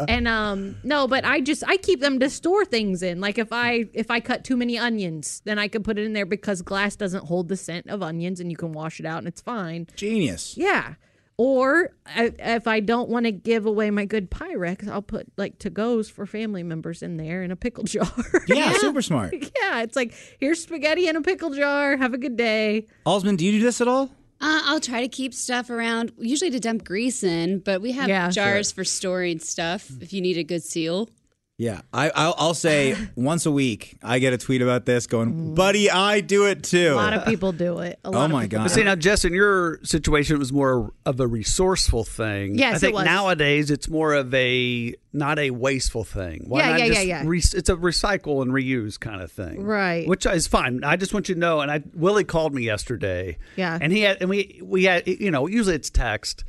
and um no but i just i keep them to store things in like if i if i cut too many onions then i can put it in there because glass doesn't hold the scent of onions and you can wash it out and it's fine
Genius.
yeah or I, if i don't want to give away my good pyrex i'll put like to goes for family members in there in a pickle jar
Yeah, super smart.
yeah it's like here's spaghetti in a pickle jar have a good day
Alsman, do you do this at all?
Uh, I'll try to keep stuff around, usually to dump grease in, but we have
Yeah.
jars for storing stuff if you need a good seal.
Yeah, I, I'll, I'll say once a week I get a tweet about this going, buddy, I do it too.
a lot of people do it a
Oh
lot of
my
people
God.
do
But see
it.
now, Jess, in your situation, it was more of a resourceful thing.
Yes,
I
it
think
was.
nowadays it's more of a not a wasteful thing. Why
Yeah,
not
yeah, yeah,
just
yeah.
re- it's a recycle and reuse kind of thing,
Right.
Which is fine. I just want you to know. And I Willie called me yesterday.
Yeah.
and he had and we we had you know usually it's text,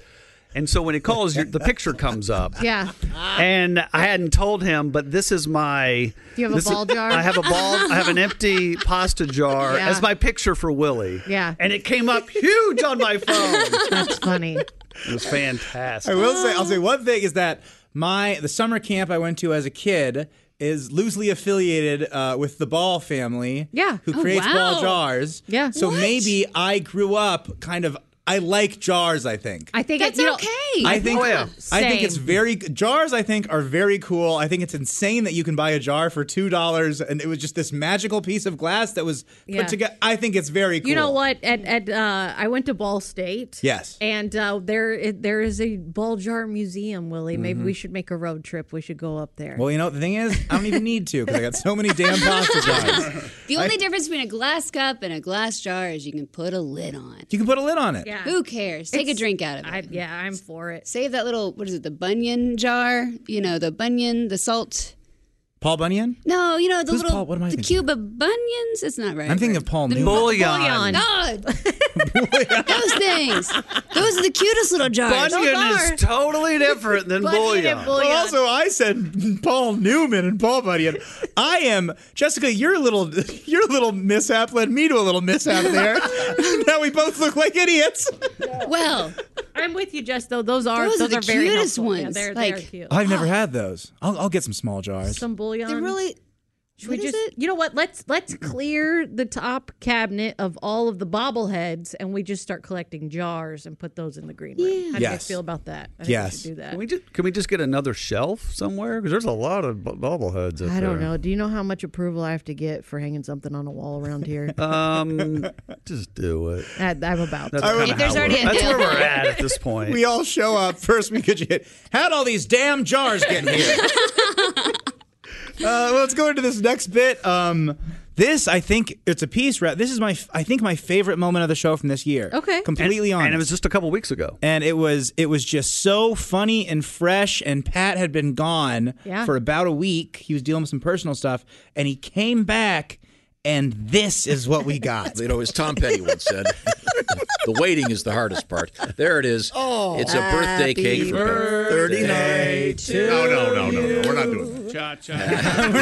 and so when he calls, your, the picture comes up.
yeah
And I hadn't told him, but this is my.
Do you have a
this is-
ball jar?
I have a ball. I have an empty pasta jar
Yeah.
as my picture for Willie.
yeah
And it came up huge on my phone.
that's funny
It was fantastic.
I will say, I'll say one thing is that my the summer camp I went to as a kid is loosely affiliated uh, with the Ball family.
Yeah.
who
Oh,
creates
wow.
ball jars.
Yeah.
so
What?
maybe I grew up kind of. I like jars. I think.
i think that's okay
I
Oh,
think I think it's
Same.
very jars. I think are very cool. I think it's insane that you can buy a jar for two dollars, and it was just this magical piece of glass that was
Yeah.
put together. I think it's very cool.
You know what? At at uh, I went to Ball State.
Yes.
And uh, there it- there is a ball jar museum, Willie.
Mm-hmm.
Maybe we should make a road trip. We should go up there.
Well, you know the thing is, I don't even need to because I got so many damn pasta jars.
The
I-
only difference between a glass cup and a glass jar is you can put a lid on.
You can put a lid on it.
Who cares? Take a drink out of it.
yeah, I'm for it.
Save that little what is it? The bunion jar? You know the bunion, the salt.
Paul Bunyan.
No, you know the
Who's
little
Paul? What am I
the
thinking
cube of bunions. It's not right.
I'm thinking
word.
of Paul
The
Newman. Bullion. Bullion.
God, those things. Those are the cutest little jars.
Bunyan is totally different than bullion.
Well, also, I said Paul Newman and Paul Bunyan. I am Jessica. Your little your little mishap led me to a little mishap there. now we both look like idiots.
Well,
I'm with you, Jess. Though those are
Those
those,
are the
very
cutest
helpful. Yeah,
ones.
they're, they're
Like-
Uh,
cute.
I've never had those. I'll, I'll get some small jars.
Some bullion.
They're really.
Should we just, you know what? Let's let's clear the top cabinet of all of the bobbleheads, and we just start collecting jars and put those in the green room. How do you guys
Yes.
feel about that? I think we should do that.
Can we just can we just get another shelf somewhere? Because there's a lot of bu- bobbleheads. Up
I don't
there.
know. Do you know how much approval I have to get for hanging something on a wall around here?
Um, just do it.
I, I'm about
That's,
to.
kinda how we're- that's where we're at at this point.
We all show up first week of shit. How'd all these damn jars get here? uh, let's go into this next bit. Um, this, I think, it's a piece. Ra- this is my, I think, my favorite moment of the show from this year.
Okay.
completely
And-
honest.
and it was just a couple weeks ago.
and it was it was just so funny and fresh. And Pat had been gone
Yeah.
for about a week. He was dealing with some personal stuff, and he came back, and this is what we got.
You know, as Tom Petty once said, the waiting is the hardest part. There it is.
Oh.
it's a birthday cake for Pat.
birthday to No, no, no, no, no. We're not doing that.
Cha cha.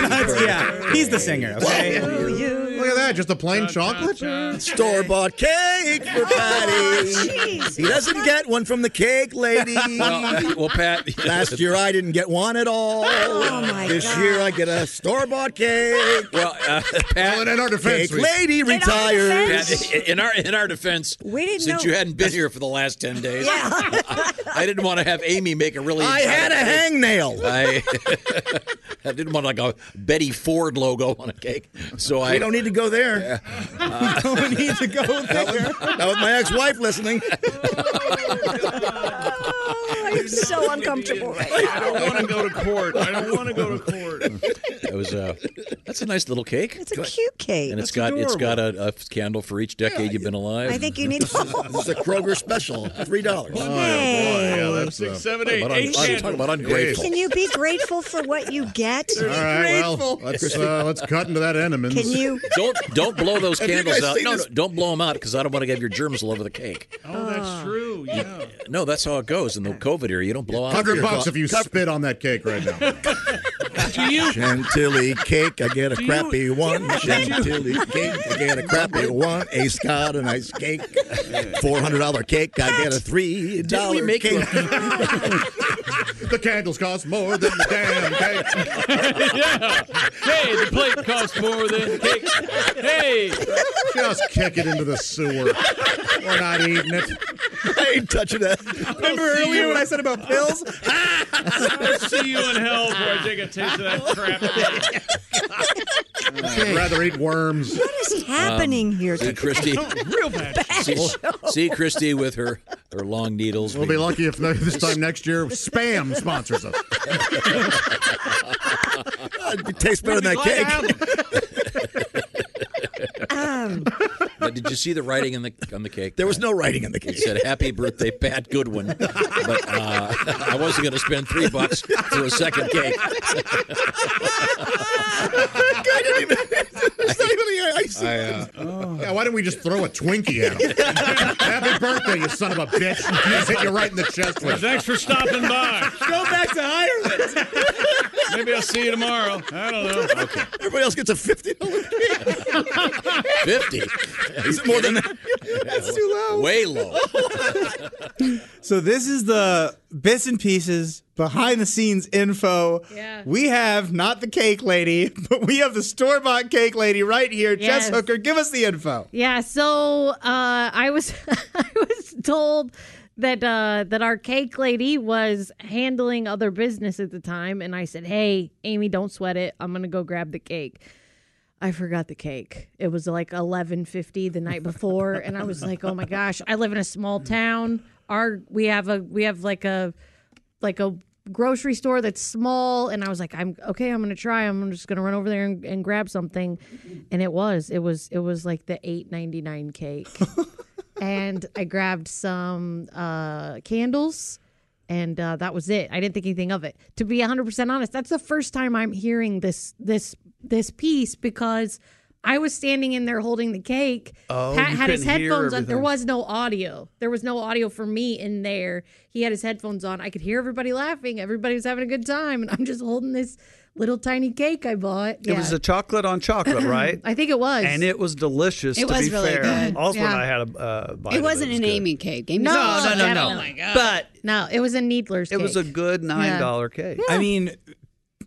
yeah, he's the singer. Okay. Look
at that, just a plain chocolate.
Store bought cake for
Oh,
Patty. he doesn't get one from the cake lady.
Well, well, Pat.
Last year I didn't get one at all. Oh
my
this year I get a store bought cake.
Well, uh, Pat,
in our defense, Cake we- lady In our retired. defense.
Pat, in our in our defense,
We didn't
since
know-
you hadn't been here for the last ten days, I didn't want to have Amy make a really.
I had a hangnail.
I, I didn't want like a Betty Ford logo on a cake, so I
We don't need to go there.
Uh,
we don't need to go there. That was, that was my ex-wife listening.
I'm Oh, so uncomfortable right now.
I don't want to go to court. I don't want to go to court.
It was uh, that's a nice little cake.
It's a cute cake.
and it's got it's got a, a candle for each decade you've been alive.
I think you need
It's a Kroger special, three dollars.
Hey.
yeah, that's,
uh,
Six, seven, eight, talk about eight un- candles. talk about ungrateful.
Can you be grateful for what you get?
All right, well, let's uh, let's cut into that Enemans.
Can you?
Don't don't blow those
Have you
candles
guys
out.
seen
No, no,
this-
don't blow them out because I don't want to have your germs all over the cake.
Oh, that's true. Yeah.
No, that's how it goes in the COVID era. You don't blow out
Hundred
your-
bucks if you spit on that cake right now.
Chantilly cake, I get a crappy one. Chantilly cake, I get a crappy one. Ace got a nice cake. Four hundred dollar cake, I get a three
Didn't we
dollar
make
cake.
the candles cost more than the damn cake.
yeah. Hey, the plate costs more than cake. Hey.
Just kick it into the sewer. We're not eating it.
I ain't touching that.
Remember earlier when I said about pills?
I'll see you in hell before I take a taste of that crap.
I'd rather eat worms.
What is happening here?
See
Um,
Christy.
Real bad.
see, see Christy with her her long needles.
We'll be lucky if maybe this time next year Spam sponsors us.
It tastes better than that cake.
But did you see the writing on the on the cake?
There was no writing on the cake.
It said "Happy Birthday, Pat Goodwin," but uh, I wasn't going to spend three bucks for a second cake.
I didn't even. It's not even ice.
I, uh, Yeah, why don't we just throw a Twinkie at him? Happy birthday, you son of a bitch. Just hit you right in the chest with it.
Thanks for stopping by.
Go back to Ireland.
Maybe I'll see you tomorrow. I don't know.
Okay,
Everybody else gets a fifty dollar
fifty.
Is it more than that?
That's too low.
Way low.
So this is the bits and pieces, behind the scenes info.
Yeah.
We have not the cake lady, but we have the store bought cake lady right here.
Yes.
Jess Hooker, give us the info.
Yeah, so uh, I was I was told that uh, that our cake lady was handling other business at the time, and I said, "Hey, Amy, don't sweat it. I'm gonna go grab the cake." I forgot the cake. It was like 11:50 the night before, and I was like, "Oh my gosh! I live in a small town. Our we have a we have like a like a grocery store that's small and i was like i'm okay i'm gonna try i'm just gonna run over there and, and grab something and it was it was it was like the 899 cake and i grabbed some uh candles and uh, that was it i didn't think anything of it to be 100% honest that's the first time i'm hearing this this this piece because i was standing in there holding the cake
Oh,
pat
you
had his
couldn't hear
headphones on there
everything.
was was no audio. There was no audio for me in there. He had his headphones on. I could hear everybody laughing. Everybody was having a good time, and I'm just holding this little tiny cake I bought.
It was a chocolate on chocolate, right?
I think it was.
and it was delicious.
It
to
was
be
really
fair,
good.
also
Yeah.
I had a uh, bite of
It wasn't
it.
an Amy cake. Amy
no,
cake.
no, no, no,
Oh, my But
no. It was a Needler's.
it was a
cake.
good nine dollar cake.
I mean,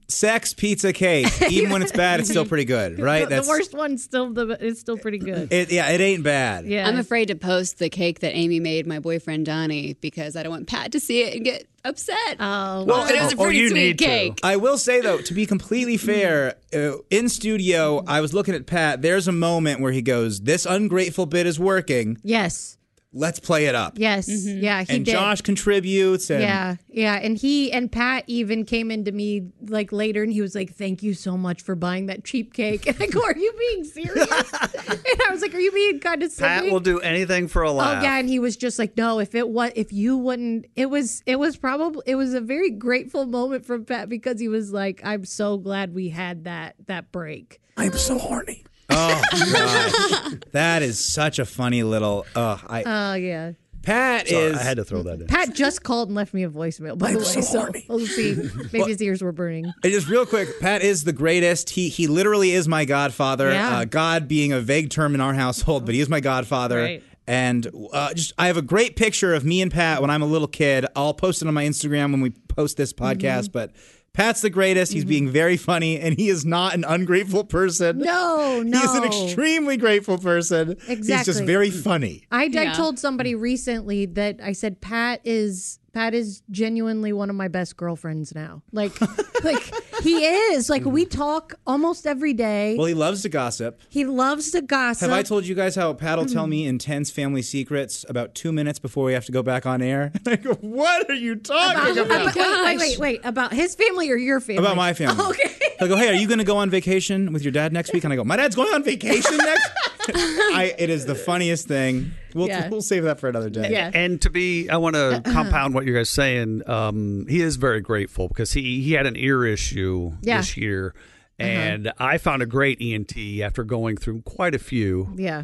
sex, pizza, cake. Even when it's bad, it's still pretty good, right?
The, the worst one's still the. It's still pretty good.
It, yeah, it ain't bad.
yeah.
I'm afraid to post the cake that Amy made my boyfriend Donnie because I don't want Pat to see it and get upset.
Oh,
Well, it was a
oh,
pretty
you
sweet
need to.
cake.
I will say though, to be completely fair, uh, in studio, I was looking at Pat. There's a moment where he goes, "This ungrateful bit is working.
yes.
Let's play it up."
Yes. Yeah. He
and
did.
Josh contributes, and
Yeah, yeah, and he and Pat even came into me like later, and he was like, "Thank you so much for buying that cheap cake." And I go, "Are you being serious?" and I was like, "Are you being
Pat
condescending?"
will do anything for a laugh.
Oh yeah, and he was just like, "No, if it was, if you wouldn't, it was, it was probably, it was a very grateful moment from Pat because he was like, "I'm so glad we had that that break."
I'm so horny.
oh, gosh. that is such a funny little. Uh, I
Oh yeah,
Pat
Sorry,
is.
I had to throw that in.
Pat just called and left me a voicemail by
I'm
the way,
so
so,
horny.
we'll see. Maybe his ears were burning.
And just real quick, Pat is the greatest. He he literally is my godfather.
Yeah.
Uh, God being a vague term in our household, but he is my godfather.
Right.
And uh, just I have a great picture of me and Pat when I'm a little kid. I'll post it on my Instagram when we post
Mm-hmm.
this podcast. But Pat's the greatest. He's being very funny, and he is not an ungrateful person.
No, no,
He's an extremely grateful person. He's just
Exactly.
very funny.
I, I
Yeah.
told somebody recently that I said Pat is Pat is genuinely one of my best girlfriends now. Like like
he is. Like we talk almost every day.
Well, he loves to gossip.
he loves to gossip.
Have I told you guys how Pat'll tell
Mhm.
me intense family secrets about two minutes before we have to go back on air? what are you
Uh,
talking
about? Wait, wait, wait, wait. About his family or your family?
About my family.
Okay.
He'll go, hey, are you going to go on vacation with your dad next week? And I go, my dad's going on vacation next. I, it is the funniest thing. We'll,
Yeah.
we'll save that for another day.
And- And to be, I want to compound what you guys saying. Um, he is very grateful because he he had an ear issue
Yeah.
this year, and I found a great ENT after going through quite a few.
Yeah.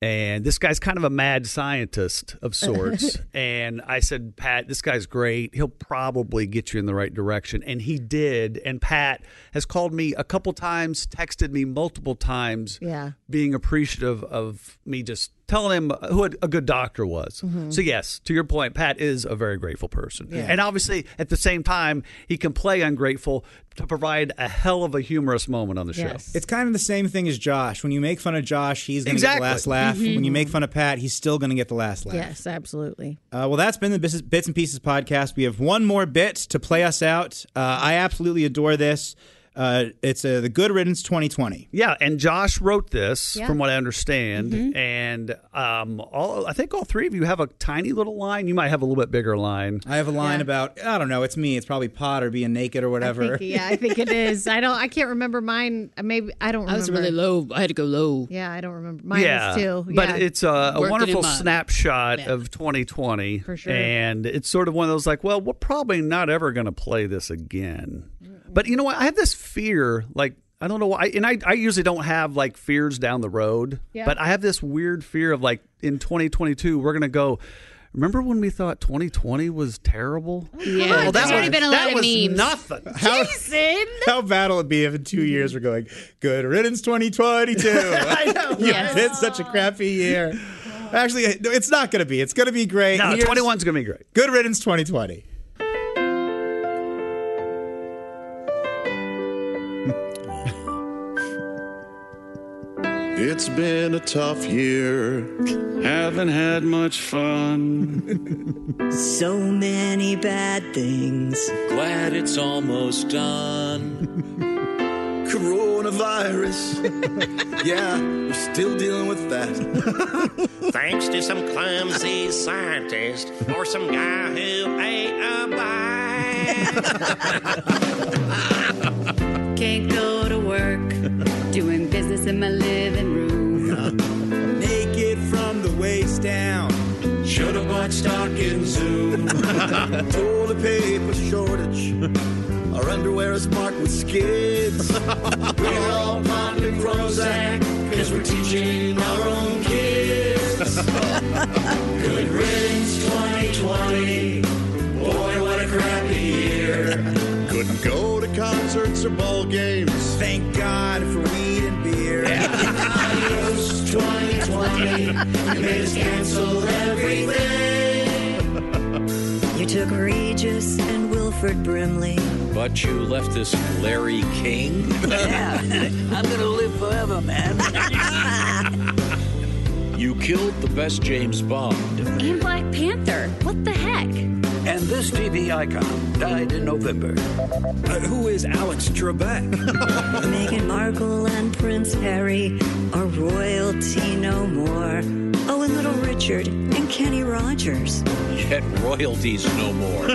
And this guy's kind of a mad scientist of sorts. and I said, Pat, this guy's great. He'll probably get you in the right direction. And he did. And Pat has called me a couple times, texted me multiple times
Yeah.
being appreciative of me just telling him who a, a good doctor was.
Mhm.
So yes, to your point, Pat is a very grateful person,
Yeah.
and obviously at the same time he can play ungrateful to provide a hell of a humorous moment on the show.
It's kind of the same thing as Josh. When you make fun of Josh, he's going to
Exactly.
get the last laugh.
Mhm.
When you make fun of Pat, he's still going to get the last laugh.
Yes, absolutely.
Uh, well, that's been the Bis- Bits and Pieces podcast. We have one more bit to play us out. Uh, I absolutely adore this. Uh, it's uh, the Good Riddance 2020.
Yeah, and Josh wrote this,
Yeah.
from what I understand,
Mm-hmm.
Mhm.
and um, all I think all three of you have a tiny little line. You might have a little bit bigger line.
I have a line about I don't know. It's me. It's probably pot or being naked or whatever.
I think, yeah, I think it is. I don't. I can't remember mine. Uh, Maybe I don't. Remember.
I was really low. Oh, I had to go low.
Yeah, I don't remember. Mine
yeah,
is too.
But
yeah.
it's a,
Working
a
in
wonderful
mud.
snapshot of 2020.
For sure.
And it's sort of one of those like, well, we're probably not ever going to play this again. But you know what? I have this fear, like, I don't know why. And I, I usually don't have like fears down the road,
Yeah.
but I have this weird fear of like in 2022, we're going to go. Remember when we thought 2020 was terrible?
Yeah,
well, that
Oh there's already
was,
been a
that
lot of
was
memes.
nothing.
How, how bad will it be if in two years we're going Good Riddance 2022? I know.
Yes.
It's such a crappy year. Actually, no, it's not going to be. It's going to be great.
No,
Here's
21's going to be great.
Good Riddance 2020.
It's been a tough year. Haven't had much fun.
So many bad things.
Glad it's almost done.
Coronavirus. yeah, we're still dealing with that. Thanks to some clumsy scientist or some guy who ate a bite.
Can't go to work, doing business in my living room.
Naked from the waist down.
Should have bought stock in Zoom. Toilet paper shortage. Our underwear is marked with skids. we're all popping Prozac because we're teaching our own kids. Good riddance 2020. Boy, what a crappy year.
Couldn't go to concerts or ball games.
Thank God for weed and beer.
Adios 2020. You made us cancel everything.
You took Regis and Wilford Brimley.
But you left this Larry King.
I'm gonna live forever, man.
You killed the best James Bond.
And Black Panther. What the heck?
and this TV icon died in November. Uh, who is Alex Trebek?
Meghan Markle and Prince Harry are royalty no more. Oh, and little Richard and Kenny Rogers.
Yet royalties no more.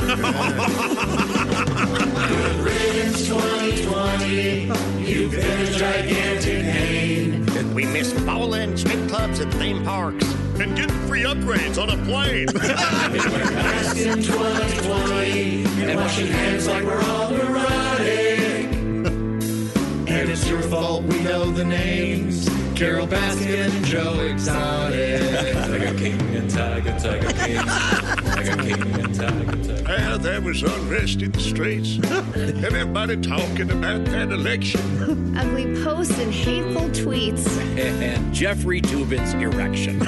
Good riddance 2020. You've been a gigantic pain. We miss bowling, strip clubs, and theme parks. And getting free upgrades on a plane. Masks in 2020. And washing hands like we're all neurotic. And it's your fault we know the names. Carol Baskin and Joe Exotic. Tiger King and Tiger, Tiger King. Tiger King and Tiger, Tiger
Ah, there was unrest in the streets. Everybody talking about that election.
Ugly posts and hateful tweets.
and Jeffrey Tubin's erection.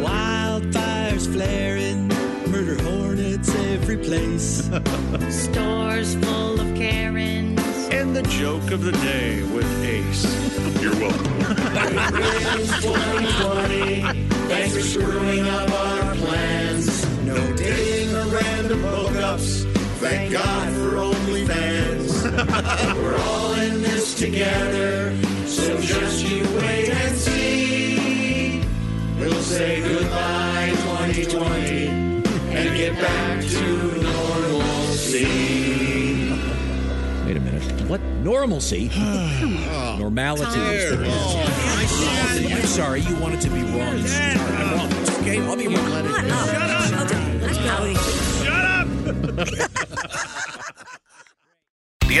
Wildfires flaring, murder hornets every place.
Stores full of Karens.
And the joke of the day with Ace. You're welcome.
Riddance 2020. Thanks for screwing up our plans. No dating or random hookups. Thank God for OnlyFans. We're all in this together, so just you wait and see. We'll say goodbye 2020 and get back to normalcy.
Wait a minute. What normalcy? Normality. is the word. Normalcy. I'm sorry. You wanted to be wrong. Sorry, I'm wrong. It's okay. I'll be wrong.
The